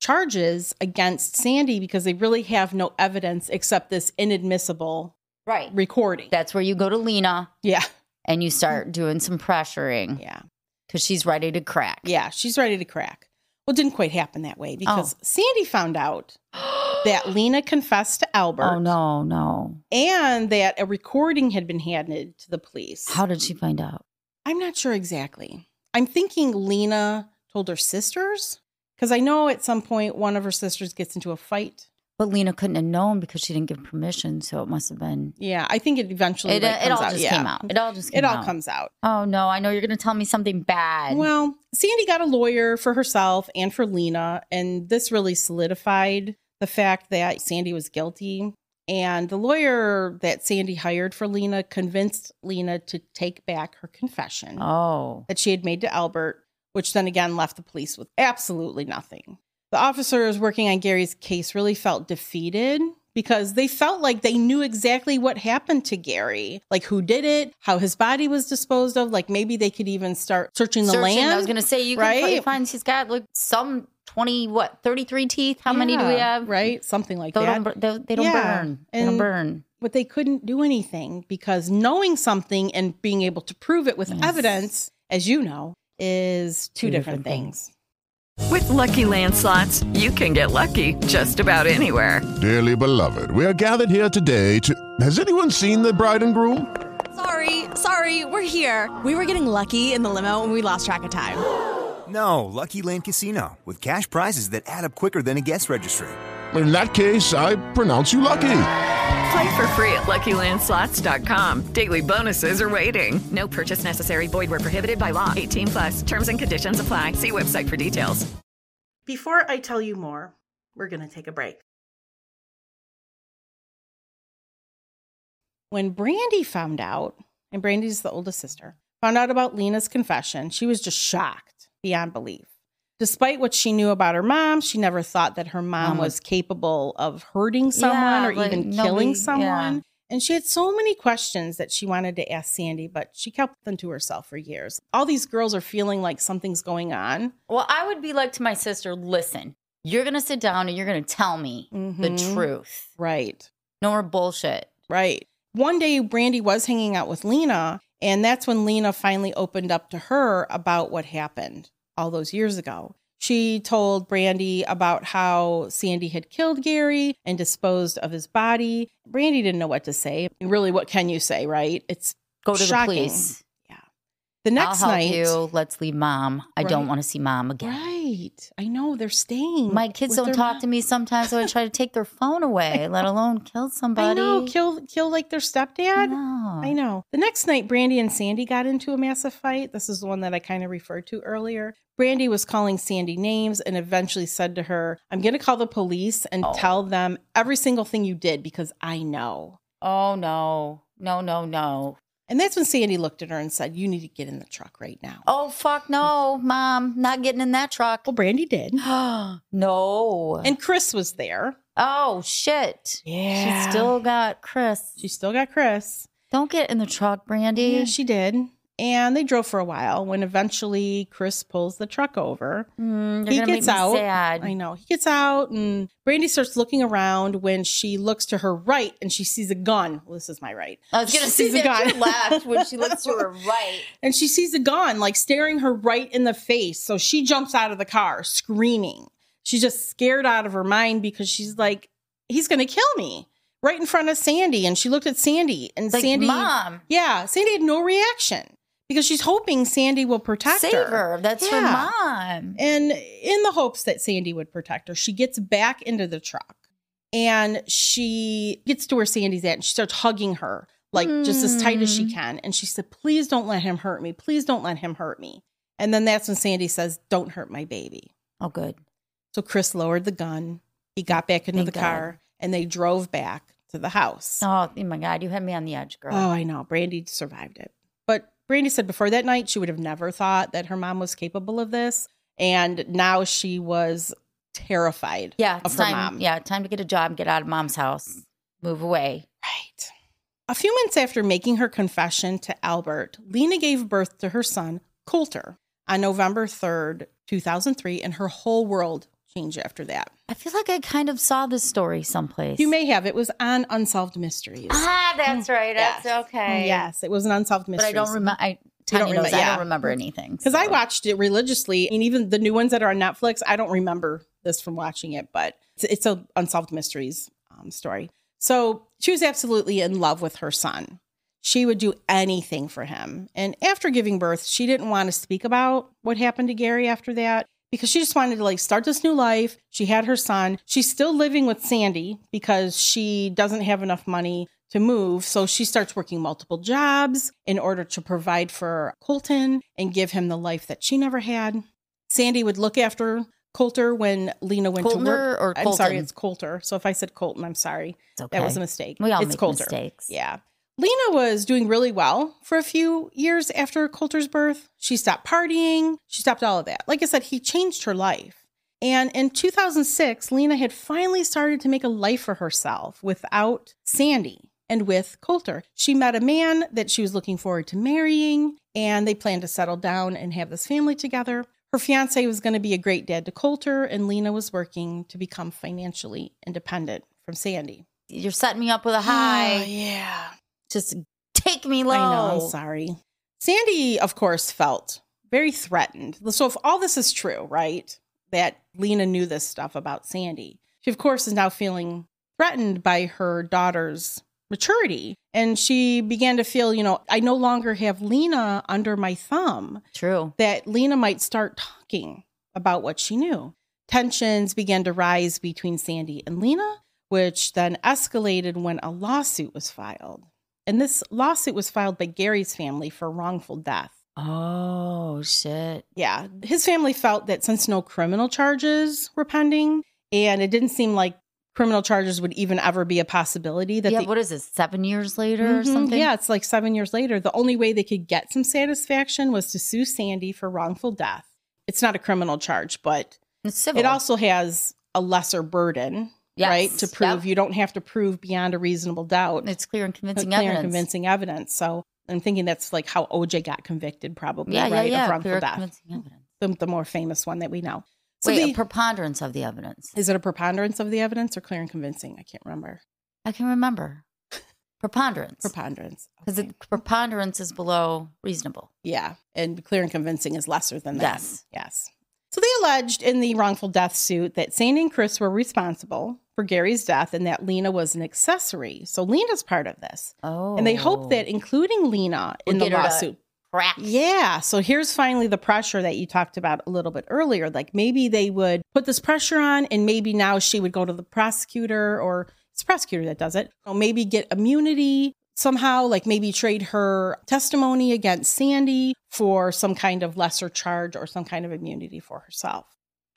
Speaker 4: charges against Sandy because they really have no evidence except this inadmissible
Speaker 3: Right.
Speaker 4: recording.
Speaker 3: That's where you go to Lena
Speaker 4: yeah.
Speaker 3: and you start doing some pressuring
Speaker 4: Mm-hmm. Yeah.
Speaker 3: because she's ready to crack.
Speaker 4: Yeah, she's ready to crack. Well, it didn't quite happen that way because
Speaker 3: Oh.
Speaker 4: Sandy
Speaker 3: <gasps>
Speaker 4: found out that Lena confessed to Albert
Speaker 3: Oh no, no.
Speaker 4: and that a recording had been handed to the police.
Speaker 3: How did she find out?
Speaker 4: I'm not sure exactly. I'm thinking Lena told her sisters because I know at some point one of her sisters gets into a fight
Speaker 3: But Lena couldn't have known because she didn't give permission, so it must have been.
Speaker 4: Yeah, I think it eventually
Speaker 3: It, uh,
Speaker 4: like,
Speaker 3: it
Speaker 4: comes
Speaker 3: all
Speaker 4: out.
Speaker 3: just
Speaker 4: yeah.
Speaker 3: came out. It all just came
Speaker 4: It all
Speaker 3: out.
Speaker 4: comes out.
Speaker 3: Oh no! I know you're going to tell me something bad.
Speaker 4: Well, Sandy got a lawyer for herself and for Lena, and this really solidified the fact that Sandy was guilty. And the lawyer that Sandy hired for Lena convinced Lena to take back her confession
Speaker 3: oh,
Speaker 4: that she had made to Albert, which then again left the police with absolutely nothing. The officers working on Gary's case really felt defeated because they felt like they knew exactly what happened to Gary, like who did it, how his body was disposed of, like maybe they could even start searching the
Speaker 3: Searching,
Speaker 4: land.
Speaker 3: I was going to say you
Speaker 4: right?
Speaker 3: can probably find she's got like some twenty what thirty three teeth. How many do we
Speaker 4: Yeah,
Speaker 3: have?
Speaker 4: Right, something like
Speaker 3: They
Speaker 4: that.
Speaker 3: don't. bur- They, they don't
Speaker 4: Yeah,
Speaker 3: burn. They don't
Speaker 4: and-
Speaker 3: burn.
Speaker 4: but they couldn't do anything because knowing something and being able to prove it with
Speaker 3: Yes.
Speaker 4: evidence, as you know, is two,
Speaker 3: Two
Speaker 4: different,
Speaker 3: different things.
Speaker 4: things.
Speaker 5: With Lucky Land slots, you can get lucky just about anywhere.
Speaker 6: Dearly beloved, we are gathered here today to. Has anyone seen the bride and groom?
Speaker 7: Sorry, sorry, we're here. We were getting lucky in the limo and we lost track of time.
Speaker 8: No, Lucky Land Casino, with cash prizes that add up quicker than a guest registry.
Speaker 6: In that case, I pronounce you lucky.
Speaker 5: Play for free at LuckyLandSlots.com. Daily bonuses are waiting. No purchase necessary. Void were prohibited by law. 18 plus. Terms and conditions apply. See website for details.
Speaker 4: Before I tell you more, we're going to take a break. When Brandy found out, and Brandy's the oldest sister, found out about Lena's confession, she was just shocked beyond belief. Despite what she knew about her mom, she never thought that her mom
Speaker 3: Mom
Speaker 4: was capable of hurting someone
Speaker 3: Yeah,
Speaker 4: or
Speaker 3: like,
Speaker 4: even
Speaker 3: nobody-
Speaker 4: killing
Speaker 3: yeah.
Speaker 4: someone. And she had so many questions that she wanted to ask Sandy, but she kept them to herself for years. All these girls are feeling like something's going on.
Speaker 3: Well, I would be like to my sister. Listen, you're going to sit down and you're going to tell me the
Speaker 4: Mhm.
Speaker 3: truth.
Speaker 4: Right.
Speaker 3: No more bullshit.
Speaker 4: Right. One day, Brandy was hanging out with Lena, and that's when Lena finally opened up to her about what happened all those years ago. She told Brandy about how Sandy had killed Gary and disposed of his body. Brandy didn't know what to say. And really, what can you say, right? It's
Speaker 3: Go to
Speaker 4: Shocking.
Speaker 3: the police.
Speaker 4: the next
Speaker 3: I'll help
Speaker 4: night.
Speaker 3: you. Let's leave mom. I don't
Speaker 4: Right.
Speaker 3: want to see mom again.
Speaker 4: Right. I know they're staying.
Speaker 3: My kids
Speaker 4: with
Speaker 3: don't
Speaker 4: their
Speaker 3: talk
Speaker 4: mom.
Speaker 3: to me sometimes, so I
Speaker 4: <laughs>
Speaker 3: try to take their phone away, let alone kill
Speaker 4: I
Speaker 3: somebody.
Speaker 4: know. Kill, kill like their
Speaker 3: I
Speaker 4: stepdad.
Speaker 3: know.
Speaker 4: I know. The next night, Brandy and Sandy got into a massive fight. This is the one that I kind of referred to earlier. Brandy was calling Sandy names and eventually said to her, I'm going to call the police and
Speaker 3: Oh.
Speaker 4: tell them every single thing you did because I know.
Speaker 3: Oh no. No, no, no.
Speaker 4: And that's when Sandy looked at her and said, You need to get in the truck right now.
Speaker 3: Oh fuck no, mom. Not getting in that truck. <gasps>
Speaker 4: Well, Brandy did.
Speaker 3: no.
Speaker 4: Oh, And Chris was there.
Speaker 3: oh shit. She
Speaker 4: Yeah.
Speaker 3: still got Chris.
Speaker 4: She still got Chris.
Speaker 3: don't get in the truck, Brandy.
Speaker 4: Yeah, she did. And they drove for a while when eventually Chris pulls the truck over.
Speaker 3: Mm, you're
Speaker 4: he
Speaker 3: gonna
Speaker 4: gets
Speaker 3: make me
Speaker 4: out.
Speaker 3: sad.
Speaker 4: I know. He gets out and Brandy starts looking around when she looks to her right and she sees a gun. Well, this is my right.
Speaker 3: I was gonna
Speaker 4: <laughs> She's
Speaker 3: see
Speaker 4: a
Speaker 3: that
Speaker 4: guy.
Speaker 3: she left when she looks to
Speaker 4: <laughs>
Speaker 3: her right.
Speaker 4: And she sees a gun like staring her right in the face. So she jumps out of the car screaming. She's just scared out of her mind because she's like, he's going to kill me right in front of Sandy. And she looked at Sandy and
Speaker 3: Like,
Speaker 4: Sandy.
Speaker 3: mom,
Speaker 4: Yeah. Sandy had no reaction because she's hoping Sandy will protect
Speaker 3: save her. That's her
Speaker 4: Yeah.
Speaker 3: mom.
Speaker 4: And in the hopes that Sandy would protect her, she gets back into the truck and she gets to where Sandy's at and she starts hugging her, like just as tight as she
Speaker 3: Mm.
Speaker 4: can. And she said, Please don't let him hurt me. Please don't let him hurt me. And then that's when Sandy says, Don't hurt my baby.
Speaker 3: Oh, good.
Speaker 4: So Chris lowered the gun. He got back into
Speaker 3: Thank
Speaker 4: the
Speaker 3: God.
Speaker 4: car and they drove back to the house.
Speaker 3: Oh, oh my God, you had me on the edge, girl.
Speaker 4: Oh, I know. Brandy survived it. But Brandy said before that night, she would have never thought that her mom was capable of this. And now she was terrified
Speaker 3: yeah,
Speaker 4: of
Speaker 3: it's
Speaker 4: her
Speaker 3: time.
Speaker 4: oh, mom.
Speaker 3: Yeah, time to get a job, get out of mom's house, move away.
Speaker 4: Right. A few months after making her confession to Albert, Lena gave birth to her son, Coulter, on November 3rd, 2003. And her whole world changed after that.
Speaker 3: I feel like I kind of saw this story someplace.
Speaker 4: You may have. It was on Unsolved Mysteries.
Speaker 3: Ah, that's right. That's
Speaker 4: Yes. Mm,
Speaker 3: okay.
Speaker 4: Yes, it was an Unsolved
Speaker 3: but
Speaker 4: Mysteries.
Speaker 3: I don't remember. I Tanya
Speaker 4: don't
Speaker 3: knows
Speaker 4: remember-
Speaker 3: I
Speaker 4: yeah.
Speaker 3: don't remember anything
Speaker 4: because I
Speaker 3: so.
Speaker 4: watched it religiously, and even the new ones that are on Netflix, I don't remember this from watching it, but it's, it's a unsolved mysteries um, story. So she was absolutely in love with her son. She would do anything for him. And after giving birth, she didn't want to speak about what happened to Gary after that because she just wanted to like start this new life. She had her son. She's still living with Sandy because she doesn't have enough money to move. So she starts working multiple jobs in order to provide for Colton and give him the life that she never had. Sandy would look after Coulter when Lena went to
Speaker 3: Coltner
Speaker 4: work.
Speaker 3: or
Speaker 4: I'm sorry,
Speaker 3: Colton?
Speaker 4: it's Coulter. So if I said Colton, I'm sorry.
Speaker 3: It's okay.
Speaker 4: That was a mistake.
Speaker 3: We all
Speaker 4: it's
Speaker 3: make
Speaker 4: Coulter.
Speaker 3: mistakes.
Speaker 4: Yeah. Lena was doing really well for a few years after Coulter's birth. She stopped partying. She stopped all of that. Like I said, he changed her life. And in 2006, Lena had finally started to make a life for herself without Sandy and with Coulter. She met a man that she was looking forward to marrying, and they planned to settle down and have this family together. Her fiance was going to be a great dad to Coulter, and Lena was working to become financially independent from Sandy.
Speaker 3: You're setting me up with a
Speaker 4: Ah,
Speaker 3: high.
Speaker 4: yeah.
Speaker 3: Just take me low.
Speaker 4: I know, I'm sorry. Sandy, of course, felt very threatened. So, if all this is true, right, that Lena knew this stuff about Sandy, she, of course, is now feeling threatened by her daughter's maturity. And she began to feel, you know, I no longer have Lena under my thumb,
Speaker 3: True.
Speaker 4: that Lena might start talking about what she knew. Tensions began to rise between Sandy and Lena, which then escalated when a lawsuit was filed. And this lawsuit was filed by Gary's family for wrongful death.
Speaker 3: Oh shit.
Speaker 4: Yeah, his family felt that since no criminal charges were pending, and it didn't seem like criminal charges would even ever be a possibility that
Speaker 3: yeah.
Speaker 4: the-
Speaker 3: what is this? Seven years later or
Speaker 4: Mhm,
Speaker 3: something?
Speaker 4: Yeah, it's like seven years later. The only way they could get some satisfaction was to sue Sandy for wrongful death. It's not a criminal charge, but
Speaker 3: It's civil.
Speaker 4: it also has a lesser burden,
Speaker 3: Yes,
Speaker 4: right? To prove
Speaker 3: yep.
Speaker 4: you don't have to prove beyond a reasonable doubt
Speaker 3: It's clear and convincing
Speaker 4: clear
Speaker 3: evidence.
Speaker 4: and convincing evidence. So I'm thinking that's like how OJ got convicted, probably
Speaker 3: Yeah, yeah,
Speaker 4: right of
Speaker 3: yeah.
Speaker 4: wrongful
Speaker 3: Clear and
Speaker 4: death,
Speaker 3: convincing evidence.
Speaker 4: the, the more famous one that we know. Mm. So
Speaker 3: Wait,
Speaker 4: the-
Speaker 3: a preponderance of the evidence.
Speaker 4: is it a preponderance of the evidence or clear and convincing? I can't remember.
Speaker 3: I can remember. Preponderance.
Speaker 4: Preponderance
Speaker 3: Because
Speaker 4: Okay.
Speaker 3: the preponderance is below reasonable.
Speaker 4: Yeah. And clear and convincing is lesser than that.
Speaker 3: Yes.
Speaker 4: Yes. So they alleged in the wrongful death suit that Sandy and Chris were responsible for Gary's death and that Lena was an accessory. So Lena's part of this.
Speaker 3: Oh.
Speaker 4: And they hope that including Lena
Speaker 3: Would
Speaker 4: in the
Speaker 3: get her to-
Speaker 4: lawsuit.
Speaker 3: crap.
Speaker 4: Yeah. So here's finally the pressure that you talked about a little bit earlier. Like maybe they would put this pressure on, and maybe now she would go to the prosecutor or it's the prosecutor that does it. Or maybe get immunity somehow, like maybe trade her testimony against Sandy for some kind of lesser charge or some kind of immunity for herself.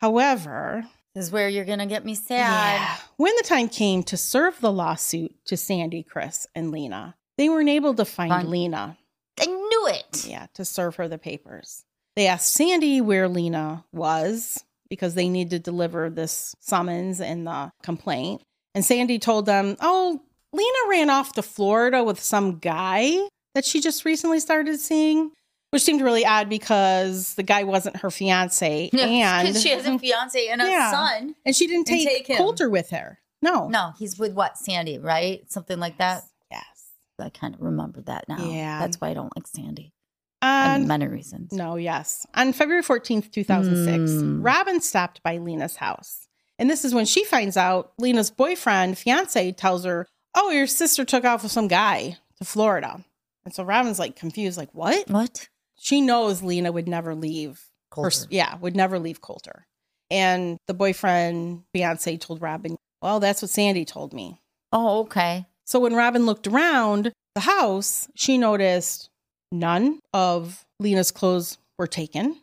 Speaker 4: However,
Speaker 3: This is where you're gonna get me sad.
Speaker 4: when the time came to serve the lawsuit to Sandy, Chris, and Lena, they weren't able to find
Speaker 3: Fine.
Speaker 4: Lena.
Speaker 3: I knew it.
Speaker 4: Yeah, to serve her the papers. They asked Sandy where Lena was because they need to deliver this summons and the complaint. And Sandy told them, Oh, Lena ran off to Florida with some guy that she just recently started seeing, which seemed really odd because the guy wasn't her <laughs> fiance.
Speaker 3: <laughs>
Speaker 4: and
Speaker 3: she has a fiance and a
Speaker 4: Yeah.
Speaker 3: son.
Speaker 4: <laughs> and she didn't
Speaker 3: and
Speaker 4: take,
Speaker 3: take him.
Speaker 4: Coulter with her. No.
Speaker 3: No, he's with what Sandy, right? Something like that.
Speaker 4: Yes.
Speaker 3: I kind of remember that now.
Speaker 4: Yeah.
Speaker 3: that's why I don't like Sandy. I
Speaker 4: On
Speaker 3: mean, many reasons.
Speaker 4: No, yes. On February 14th, 2006,
Speaker 3: Mm.
Speaker 4: Robin stopped by Lena's house. And this is when she finds out Lena's boyfriend, fiance, tells her, Oh, your sister took off with some guy to Florida. And so Robin's like confused, like, What?
Speaker 3: What?
Speaker 4: She knows Lena would never leave her-
Speaker 3: Coulter.
Speaker 4: yeah, would never leave Coulter. And the boyfriend, fiance, told Robin, Well, that's what Sandy told me.
Speaker 3: Oh, okay.
Speaker 4: So when Robin looked around the house, she noticed none of Lena's clothes were taken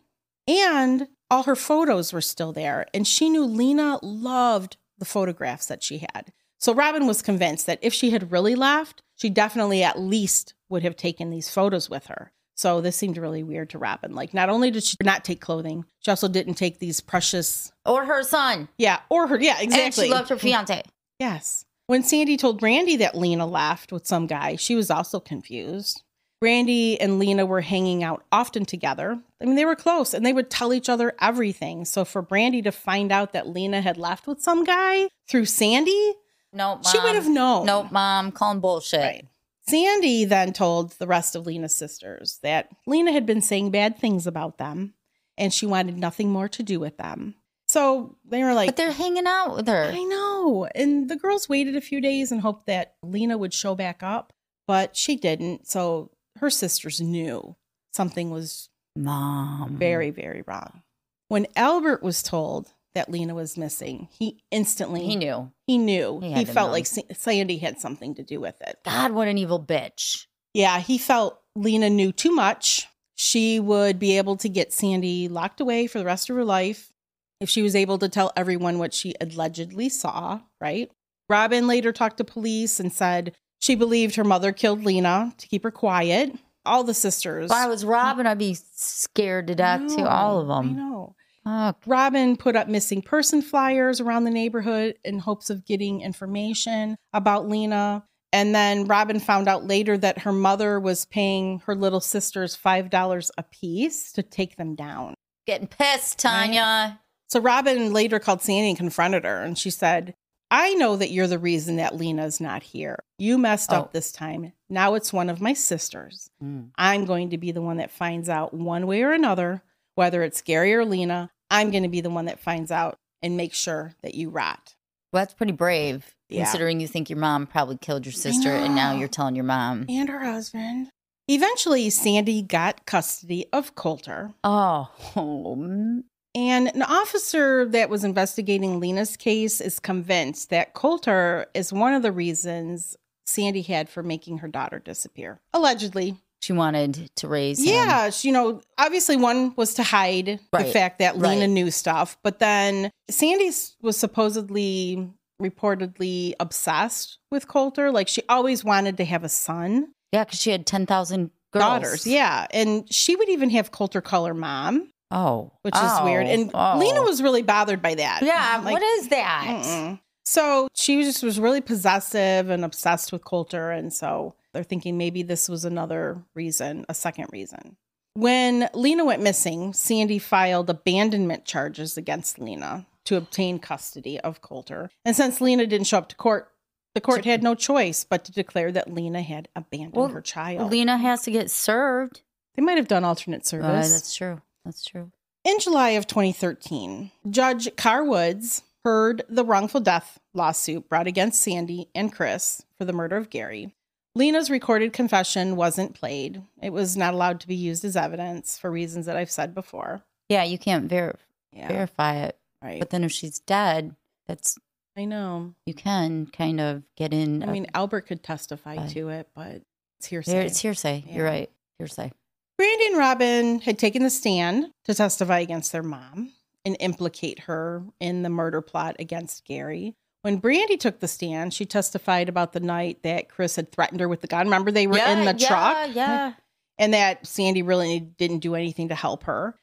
Speaker 4: and all her photos were still there. And she knew Lena loved the photographs that she had. So Robin was convinced that if she had really left, she definitely at least would have taken these photos with her. So this seemed really weird to Robin. Like, not only did she not take clothing, she also didn't take these precious,
Speaker 3: Or her son.
Speaker 4: yeah, or her, yeah, exactly.
Speaker 3: And she loved her fiance.
Speaker 4: Yes. When Sandy told Brandy that Lena left with some guy, she was also confused. Brandy and Lena were hanging out often together. I mean, they were close and they would tell each other everything. So for Brandy to find out that Lena had left with some guy through Sandy,
Speaker 3: No, mom.
Speaker 4: She would have known.
Speaker 3: No, mom. Calling bullshit.
Speaker 4: Right. Sandy then told the rest of Lena's sisters that Lena had been saying bad things about them and she wanted nothing more to do with them. So they were like,
Speaker 3: But they're hanging out with her.
Speaker 4: I know. And the girls waited a few days and hoped that Lena would show back up, but she didn't. So her sisters knew something was
Speaker 3: Mom.
Speaker 4: very, very wrong. When Albert was told that Lena was missing, he instantly
Speaker 3: He knew.
Speaker 4: He knew.
Speaker 3: He
Speaker 4: He,
Speaker 3: had to
Speaker 4: felt
Speaker 3: know.
Speaker 4: like Sa- Sandy had something to do with it.
Speaker 3: God, what an evil bitch.
Speaker 4: Yeah, he felt Lena knew too much. She would be able to get Sandy locked away for the rest of her life if she was able to tell everyone what she allegedly saw, right? Robin later talked to police and said she believed her mother killed Lena to keep her quiet. All the sisters.
Speaker 3: If I was Robin, I'd be scared to death
Speaker 4: No,
Speaker 3: to all of
Speaker 4: I
Speaker 3: them.
Speaker 4: know.
Speaker 3: Fuck.
Speaker 4: Robin put up missing person flyers around the neighborhood in hopes of getting information about Lena. And then Robin found out later that her mother was paying her little sisters $5 a piece to take them down.
Speaker 3: Getting pissed, Tanya.
Speaker 4: So Robin later called Sandy and confronted her. And she said, I know that you're the reason that Lena's not here. You messed
Speaker 3: Oh.
Speaker 4: up this time. Now it's one of my sisters. I'm going to be the one that finds out one way or another, whether it's Gary or Lena. I'm going to be the one that finds out and make sure that you rot.
Speaker 3: Well, that's pretty brave,
Speaker 4: Yeah.
Speaker 3: considering you think your mom probably killed your sister, and now
Speaker 4: know.
Speaker 3: you're telling your mom.
Speaker 4: And her husband. Eventually, Sandy got custody of Coulter.
Speaker 3: Oh, mm,
Speaker 4: And an officer that was investigating Lena's case is convinced that Coulter is one of the reasons Sandy had for making her daughter disappear. Allegedly.
Speaker 3: she wanted to raise him.
Speaker 4: Yeah, she- you know, obviously one was to hide
Speaker 3: Right,
Speaker 4: the fact that Lena
Speaker 3: right.
Speaker 4: knew stuff, but then Sandy s- was supposedly reportedly obsessed with Coulter, like she always wanted to have a son,
Speaker 3: Yeah, because she had 10,000 girls.
Speaker 4: daughters. Yeah, and she would even have Coulter call her mom,
Speaker 3: Oh.
Speaker 4: which is weird.
Speaker 3: Oh.
Speaker 4: And
Speaker 3: Oh.
Speaker 4: Lena was really bothered by that.
Speaker 3: Yeah,
Speaker 4: Like,
Speaker 3: what is that?
Speaker 4: Mm-mm. So she was just was really possessive and obsessed with Coulter, and so they're thinking maybe this was another reason, a second reason. When Lena went missing, Sandy filed abandonment charges against Lena to obtain custody of Coulter. And since Lena didn't show up to court, the court had no choice but to declare that Lena had abandoned
Speaker 3: Well,
Speaker 4: her child.
Speaker 3: Lena has to get served.
Speaker 4: they might have done alternate
Speaker 3: Uh,
Speaker 4: service.
Speaker 3: that's true. That's true.
Speaker 4: In July of 2013, Judge Carr Woods heard the wrongful death lawsuit brought against Sandy and Chris for the murder of Gary. Lena's recorded confession wasn't played. It was not allowed to be used as evidence for reasons that I've said before.
Speaker 3: Yeah, you can't ver- verify it.
Speaker 4: right.
Speaker 3: But then if she's dead, that's
Speaker 4: I know.
Speaker 3: you can kind of get in.
Speaker 4: I
Speaker 3: a-
Speaker 4: mean, Albert could testify
Speaker 3: Right.
Speaker 4: to it, but it's hearsay.
Speaker 3: Here- it's hearsay. You're
Speaker 4: Yeah.
Speaker 3: right. Hearsay.
Speaker 4: Brandy and Robin had taken the stand to testify against their mom and implicate her in the murder plot against Gary. When Brandy took the stand, she testified about the night that Chris had threatened her with the gun. Remember, they were in the truck?
Speaker 3: Yeah.
Speaker 4: And that Sandy really didn't do anything to help her.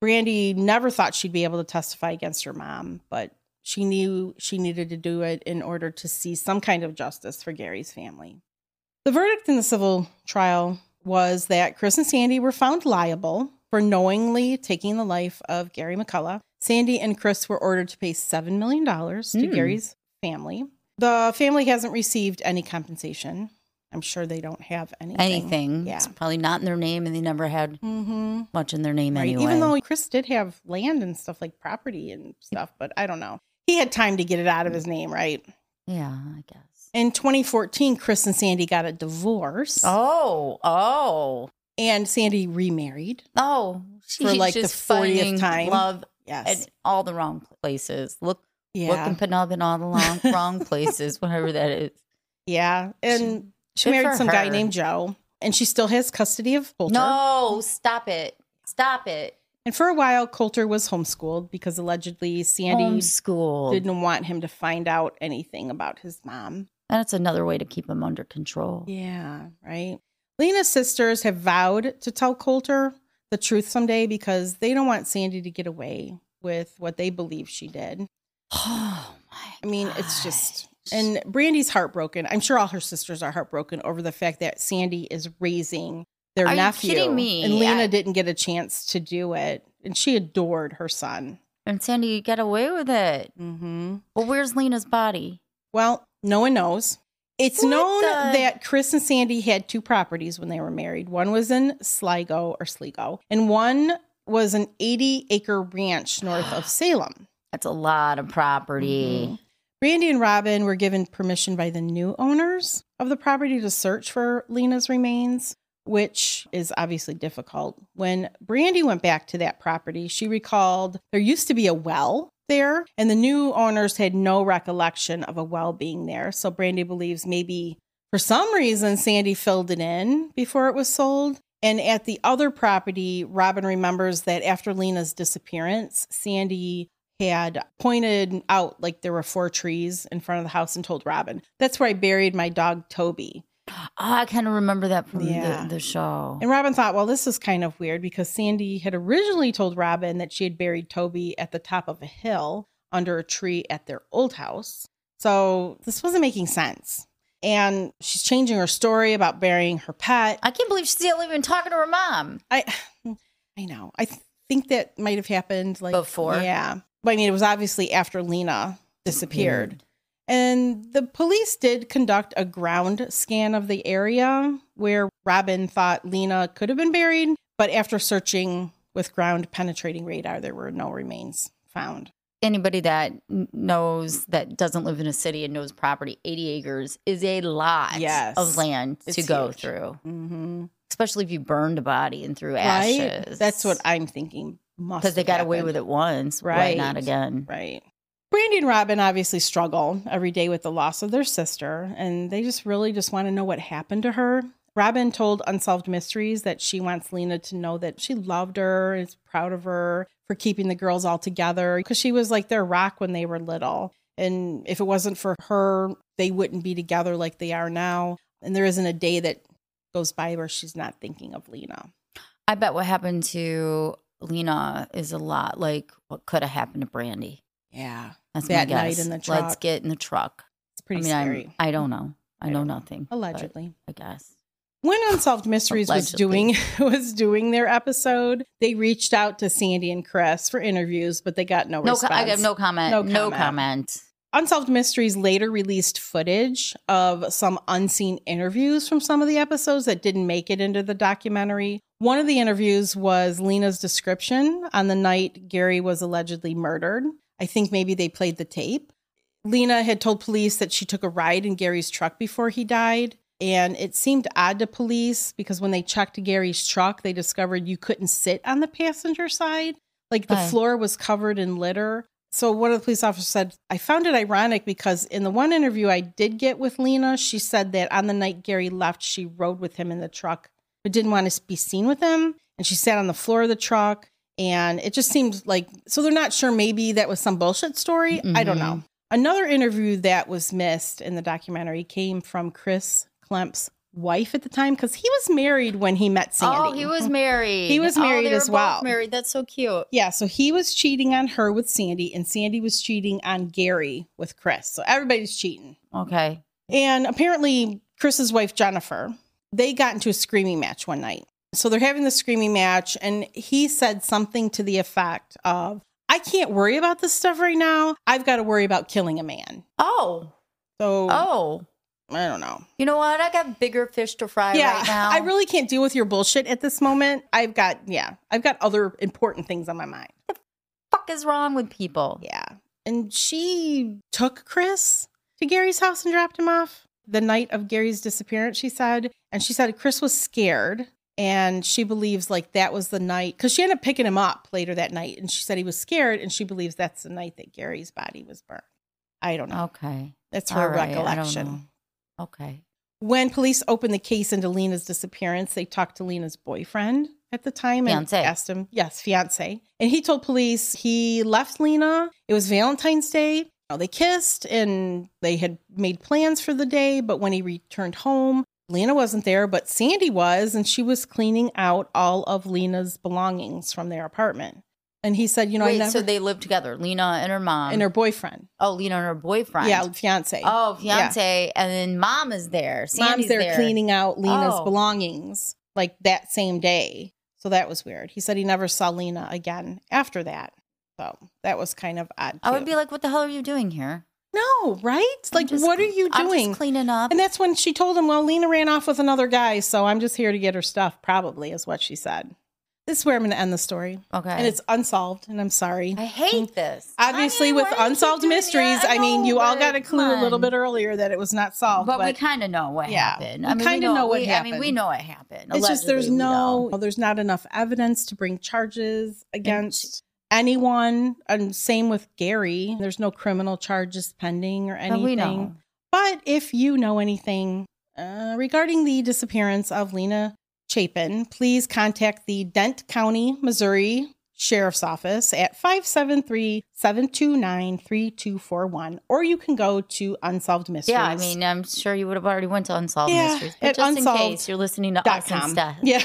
Speaker 4: Brandy never thought she'd be able to testify against her mom, but she knew she needed to do it in order to see some kind of justice for Gary's family. The verdict in the civil trial was that Chris and Sandy were found liable for knowingly taking the life of Gary McCullough. Sandy and Chris were ordered to pay $7 million to
Speaker 3: Hmm.
Speaker 4: Gary's family. The family hasn't received any compensation. I'm sure they don't have anything.
Speaker 3: Anything.
Speaker 4: Yeah.
Speaker 3: It's probably not in their name, and they never had
Speaker 4: Mm-hmm.
Speaker 3: much in their name anyway.
Speaker 4: Even though Chris did have land and stuff like property and stuff, but I don't know. He had time to get it
Speaker 3: Mm.
Speaker 4: out of his name, right?
Speaker 3: yeah, I guess.
Speaker 4: In 2014, Chris and Sandy got a divorce,
Speaker 3: Oh, oh,
Speaker 4: and Sandy remarried.
Speaker 3: oh! She's
Speaker 4: For, like, the
Speaker 3: just
Speaker 4: 40th
Speaker 3: finding
Speaker 4: time.
Speaker 3: love
Speaker 4: Yes,
Speaker 3: at all the wrong places. Look,
Speaker 4: yeah,
Speaker 3: looking putting up in all the
Speaker 4: <laughs>
Speaker 3: wrong, wrong places, whatever that is.
Speaker 4: yeah. And she
Speaker 3: Good
Speaker 4: married
Speaker 3: for
Speaker 4: some guy
Speaker 3: her.
Speaker 4: named Joe, and she still has custody of Coulter.
Speaker 3: No, stop it, stop it.
Speaker 4: And for a while, Coulter was homeschooled because allegedly Sandy
Speaker 3: Homeschool.
Speaker 4: didn't want him to find out anything about his mom.
Speaker 3: That's another way to keep him under control.
Speaker 4: Yeah, right. Lena's sisters have vowed to tell Coulter the truth someday because they don't want Sandy to get away with what they believe she did.
Speaker 3: <sighs> Oh my!
Speaker 4: I mean, it's just
Speaker 3: gosh.
Speaker 4: and Brandy's heartbroken. I'm sure all her sisters are heartbroken over the fact that Sandy is raising their
Speaker 3: Are you
Speaker 4: nephew.
Speaker 3: kidding me?
Speaker 4: And Lena
Speaker 3: I-
Speaker 4: didn't get a chance to do it. And she adored her son.
Speaker 3: and Sandy, you get away with it.
Speaker 4: Mm-hmm.
Speaker 3: Well, where's Lena's body?
Speaker 4: Well, no one knows. It's
Speaker 3: What
Speaker 4: known
Speaker 3: the-
Speaker 4: that Chris and Sandy had two properties when they were married. One was in Sligo or Sligo, and one was an 80 acre ranch north
Speaker 3: <gasps>
Speaker 4: of Salem.
Speaker 3: That's a lot of property.
Speaker 4: Mhm. Randy and Robin were given permission by the new owners of the property to search for Lena's remains. which is obviously difficult. When Brandy went back to that property, she recalled there used to be a well there, and the new owners had no recollection of a well being there. So Brandy believes maybe for some reason Sandy filled it in before it was sold. And at the other property, Robin remembers that after Lena's disappearance, Sandy had pointed out like there were four trees in front of the house and told Robin, that's where I buried my dog Toby.
Speaker 3: Oh, I kind of remember that from
Speaker 4: Yeah.
Speaker 3: the, the show.
Speaker 4: And Robin thought, well, this is kind of weird because Sandy had originally told Robin that she had buried Toby at the top of a hill under a tree at their old house. So this wasn't making sense. And she's changing her story about burying her pet.
Speaker 3: I can't believe she's still even talking to her mom.
Speaker 4: I <sighs> I know. I th- think that might have happened like
Speaker 3: Before?
Speaker 4: Yeah. But I mean, it was obviously after Lena disappeared.
Speaker 3: Mm-hmm.
Speaker 4: And the police did conduct a ground scan of the area where Robin thought Lena could have been buried, but after searching with ground penetrating radar, there were no remains found.
Speaker 3: Anybody that n- knows that doesn't live in a city and knows property, 80 acres is a lot
Speaker 4: Yes.
Speaker 3: of land to
Speaker 4: It's
Speaker 3: go
Speaker 4: huge.
Speaker 3: through,
Speaker 4: Mm-hmm.
Speaker 3: especially if you burned a body and threw
Speaker 4: Right?
Speaker 3: ashes.
Speaker 4: That's what I'm thinking. Must
Speaker 3: Because they
Speaker 4: have
Speaker 3: got away
Speaker 4: happened.
Speaker 3: with it once, Why
Speaker 4: Right.
Speaker 3: not again?
Speaker 4: Right. Brandy and Robin obviously struggle every day with the loss of their sister, and they just really just want to know what happened to her. Robin told Unsolved Mysteries that she wants Lena to know that she loved her, is proud of her for keeping the girls all together because she was like their rock when they were little. And if it wasn't for her, they wouldn't be together like they are now. And there isn't a day that goes by where she's not thinking of Lena.
Speaker 3: I bet what happened to Lena is a lot like what could have happened to Brandy.
Speaker 4: Yeah.
Speaker 3: That's
Speaker 4: That
Speaker 3: my
Speaker 4: night
Speaker 3: guess.
Speaker 4: in the
Speaker 3: Let's
Speaker 4: truck.
Speaker 3: get in the truck.
Speaker 4: It's pretty
Speaker 3: I mean,
Speaker 4: scary.
Speaker 3: I'm, I don't know. I,
Speaker 4: I
Speaker 3: know
Speaker 4: don't know.
Speaker 3: nothing. but
Speaker 4: Allegedly.
Speaker 3: I guess.
Speaker 4: when unsolved mysteries was
Speaker 3: Allegedly.
Speaker 4: doing <laughs> was doing their episode they reached out to sandy and chris for interviews but they got no,
Speaker 3: No, co-
Speaker 4: response
Speaker 3: I have no comment. No
Speaker 4: No
Speaker 3: comment.
Speaker 4: unsolved mysteries later released footage of some unseen interviews from some of the episodes that didn't make it into the documentary one of the interviews was lena's description on the night gary was allegedly murdered i think maybe they played the tape Lena had told police that she took a ride in Gary's truck before he died. And it seemed odd to police because when they checked Gary's truck, they discovered you couldn't sit on the passenger side. Like the
Speaker 3: Why?
Speaker 4: floor was covered in litter. So one of the police officers said, I found it ironic because in the one interview I did get with Lena, she said that on the night Gary left, she rode with him in the truck, but didn't want to be seen with him. And she sat on the floor of the truck. And it just seemed like, so they're not sure maybe that was some bullshit story. I don't know. Another interview that was missed in the documentary came from Chris Klemp's wife at the time because he was married when he met Sandy.
Speaker 3: Oh, he was married.
Speaker 4: He was
Speaker 3: Oh,
Speaker 4: married
Speaker 3: they were
Speaker 4: as
Speaker 3: both
Speaker 4: well.
Speaker 3: Married. That's so cute.
Speaker 4: Yeah, so he was cheating on her with Sandy, and Sandy was cheating on Gary with Chris. So everybody's cheating.
Speaker 3: Okay.
Speaker 4: And apparently, Chris's wife, Jennifer, they got into a screaming match one night. So they're having the screaming match, and he said something to the effect of, I can't worry about this stuff right now. I've got to worry about killing a man.
Speaker 3: Oh.
Speaker 4: So
Speaker 3: Oh.
Speaker 4: I don't know.
Speaker 3: You know what? I got bigger fish to fry
Speaker 4: yeah,
Speaker 3: right now.
Speaker 4: I really can't deal with your bullshit at this moment. I've got, yeah, I've got other important things on my mind.
Speaker 3: fuck is wrong with people?
Speaker 4: Yeah. And she took Chris to Gary's house and dropped him off the night of Gary's disappearance, she said. And she said Chris was scared. And she believes like that was the night because she ended up picking him up later that night. And she said he was scared. And she believes that's the night that Gary's body was burned. I don't know.
Speaker 3: Okay.
Speaker 4: That's her
Speaker 3: Oh, All right. I don't
Speaker 4: recollection.
Speaker 3: know. Okay.
Speaker 4: When police opened the case into Lena's disappearance, they talked to Lena's boyfriend at the time and
Speaker 3: Fiancé.
Speaker 4: asked him, yes, fiance. And he told police he left Lena. It was Valentine's Day. Now, They kissed and they had made plans for the day, but when he returned home, Lena wasn't there, but Sandy was, and she was cleaning out all of Lena's belongings from their apartment. And he said, you know, I
Speaker 3: Wait,
Speaker 4: never,
Speaker 3: so they lived together, Lena and her mom.
Speaker 4: and her boyfriend.
Speaker 3: oh, Lena and her boyfriend.
Speaker 4: Yeah, fiance.
Speaker 3: Oh, fiance, and then mom is there. Sandy's
Speaker 4: mom's there, cleaning out Lena's
Speaker 3: Oh.
Speaker 4: belongings like that same day. So that was weird. He said he never saw Lena again after that. So that was kind of odd.
Speaker 3: I would
Speaker 4: too.
Speaker 3: be like, "What the hell are you doing here?
Speaker 4: no, right?
Speaker 3: I'm
Speaker 4: Like,
Speaker 3: just-
Speaker 4: what are you
Speaker 3: I'm
Speaker 4: doing?
Speaker 3: just cleaning up."
Speaker 4: and that's when she told him, well, Lena ran off with another guy. So I'm just here to get her stuff, probably, is what she said. This is where I'm going to end the story.
Speaker 3: Okay.
Speaker 4: And it's unsolved, and I'm sorry.
Speaker 3: I hate this.
Speaker 4: Obviously,
Speaker 3: I mean,
Speaker 4: with
Speaker 3: why did you
Speaker 4: unsolved
Speaker 3: do that?
Speaker 4: mysteries, I,
Speaker 3: I
Speaker 4: mean,
Speaker 3: know,
Speaker 4: you all
Speaker 3: but
Speaker 4: got a
Speaker 3: come
Speaker 4: clue a little
Speaker 3: on.
Speaker 4: bit earlier that it was not solved.
Speaker 3: But, we kind of know what
Speaker 4: Yeah,
Speaker 3: happened.
Speaker 4: we
Speaker 3: I mean,
Speaker 4: kinda know what
Speaker 3: I mean, we
Speaker 4: happened.
Speaker 3: know what happened.
Speaker 4: it's just there's
Speaker 3: Allegedly, we
Speaker 4: no
Speaker 3: know.
Speaker 4: there's not enough evidence to bring charges against anyone. And same with Gary. There's no criminal charges pending or
Speaker 3: But
Speaker 4: anything.
Speaker 3: we know.
Speaker 4: But if you know anything uh, regarding the disappearance of Lena Chapin, please contact the Dent County, Missouri Sheriff's Office at 573 729 3241. Or you can go to Unsolved Mysteries.
Speaker 3: Yeah, I mean, I'm sure you would have already went to Unsolved
Speaker 4: Yeah,
Speaker 3: Mysteries, but
Speaker 4: at
Speaker 3: just
Speaker 4: unsolved
Speaker 3: in case you're listening to
Speaker 4: dot
Speaker 3: us instead.
Speaker 4: Yeah.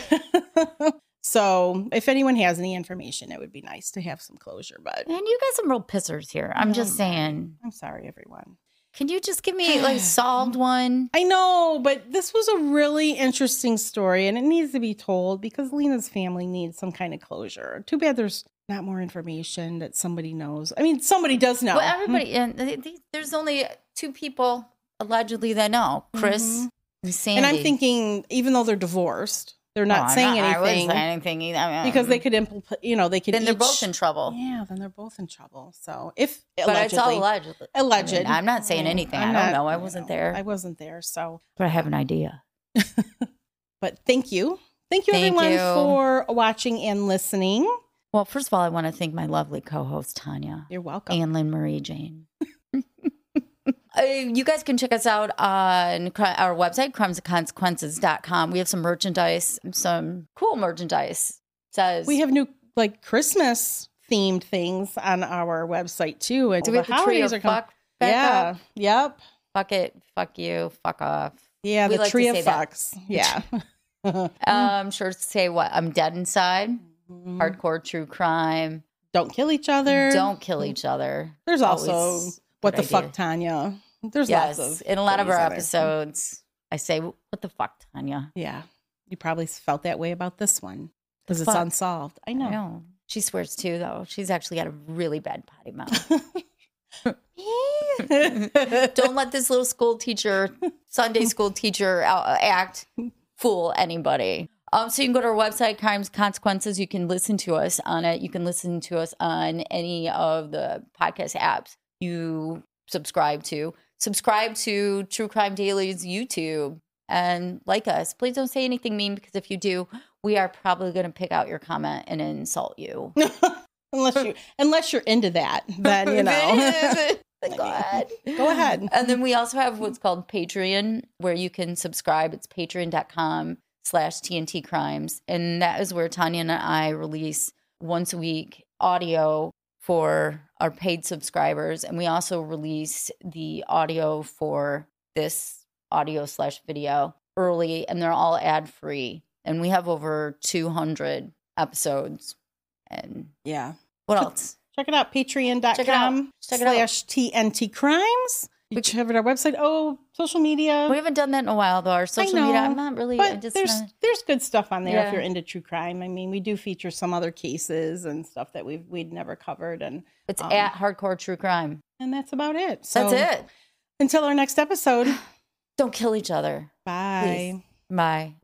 Speaker 4: <laughs> so if anyone has any information, it would be nice to have some closure, but
Speaker 3: And you got some real pissers here. I'm just saying.
Speaker 4: I'm sorry, everyone.
Speaker 3: Can you just give me
Speaker 4: <sighs>
Speaker 3: like solved one?
Speaker 4: I know, but this was a really interesting story and it needs to be told because Lena's family needs some kind of closure. Too bad there's not more information that somebody knows. I mean, somebody does know.
Speaker 3: Well, everybody, and
Speaker 4: Mm-hmm.
Speaker 3: th- th- there's only two people allegedly that know Chris and Sandy.
Speaker 4: Mm-hmm. and I'm thinking, even though they're divorced, they're
Speaker 3: No,
Speaker 4: not
Speaker 3: I'm
Speaker 4: saying
Speaker 3: I wouldn't
Speaker 4: anything
Speaker 3: say anything either. I mean,
Speaker 4: because they could, impl- you know, they could.
Speaker 3: then they're
Speaker 4: each-
Speaker 3: both in trouble.
Speaker 4: Yeah, then they're both in trouble. So if
Speaker 3: But it's all
Speaker 4: allegedly.
Speaker 3: alleged.
Speaker 4: Alleged.
Speaker 3: I mean, I'm not saying anything.
Speaker 4: I'm
Speaker 3: I don't
Speaker 4: not-
Speaker 3: know. I wasn't
Speaker 4: no,
Speaker 3: there,
Speaker 4: I wasn't there. So,
Speaker 3: but I have an idea.
Speaker 4: but thank you. Thank you,
Speaker 3: Thank
Speaker 4: everyone,
Speaker 3: you.
Speaker 4: for watching and listening.
Speaker 3: Well, first of all, I want to thank my lovely co-host Tanya
Speaker 4: You're welcome.
Speaker 3: and Lynn Marie Jane. <laughs> Uh, you guys can check us out on cr- our website, crumbsofconsequences.com. We have some merchandise, some cool merchandise. It Says
Speaker 4: we have new, like, Christmas themed things on our website, too. And
Speaker 3: Do we have
Speaker 4: the
Speaker 3: the tree
Speaker 4: holidays
Speaker 3: of
Speaker 4: are coming.
Speaker 3: fuck back
Speaker 4: Yeah.
Speaker 3: up?
Speaker 4: Yep.
Speaker 3: Fuck it, fuck you, fuck off.
Speaker 4: Yeah.
Speaker 3: We
Speaker 4: the
Speaker 3: like to
Speaker 4: tree of
Speaker 3: say that.
Speaker 4: fucks.
Speaker 3: <laughs>
Speaker 4: Yeah. Mm.
Speaker 3: Um, sure to say what? I'm dead inside.
Speaker 4: Mm-hmm.
Speaker 3: Hardcore true crime.
Speaker 4: Don't kill each other.
Speaker 3: Don't kill each other.
Speaker 4: There's
Speaker 3: Always
Speaker 4: also
Speaker 3: good
Speaker 4: what the
Speaker 3: idea.
Speaker 4: fuck, Tanya. There's
Speaker 3: yes,
Speaker 4: lots of
Speaker 3: in a lot of
Speaker 4: things
Speaker 3: our
Speaker 4: there.
Speaker 3: episodes, I say, "What the fuck, Tanya?"
Speaker 4: Yeah. You probably felt that way about this one because it's
Speaker 3: Fuck.
Speaker 4: unsolved. I know.
Speaker 3: I know. She swears too, though. She's actually got a really bad potty mouth. Don't let this little school teacher, Sunday school teacher, out- act fool anybody. Um, so you can go to our website, Crimes Consequences. You can listen to us on it. You can listen to us on any of the podcast apps you subscribe to. Subscribe to True Crime Daily's YouTube and like us. Please don't say anything mean because if you do, we are probably going to pick out your comment and insult you.
Speaker 4: <laughs> unless you unless you're into that, then
Speaker 3: <laughs>
Speaker 4: you know.
Speaker 3: Go ahead.
Speaker 4: Go ahead.
Speaker 3: And then we also have what's called Patreon, where you can subscribe. It's patreon.com slash TNT crimes. And that is where Tanya and I release once a week audio for our paid subscribers. And we also release the audio for this audio slash video early, and they're all ad free. And we have over 200 episodes. And
Speaker 4: <laughs> yeah.
Speaker 3: what else?
Speaker 4: Check it out,
Speaker 3: Check it out.
Speaker 4: patreon.com
Speaker 3: Check it out.
Speaker 4: slash TNT crimes. You check out our website. Oh, social media.
Speaker 3: We haven't done that in a while, though. Our social media, I'm not really. I
Speaker 4: But
Speaker 3: just
Speaker 4: there's
Speaker 3: not-
Speaker 4: there's good stuff on there
Speaker 3: Yeah.
Speaker 4: if you're into true crime. I mean, we do feature some other cases and stuff that we've we'd never covered, and
Speaker 3: It's
Speaker 4: um,
Speaker 3: at Hardcore True Crime.
Speaker 4: and that's about it. So
Speaker 3: That's it. <sighs>
Speaker 4: Until our next episode.
Speaker 3: Don't kill each other.
Speaker 4: Bye.
Speaker 3: Bye.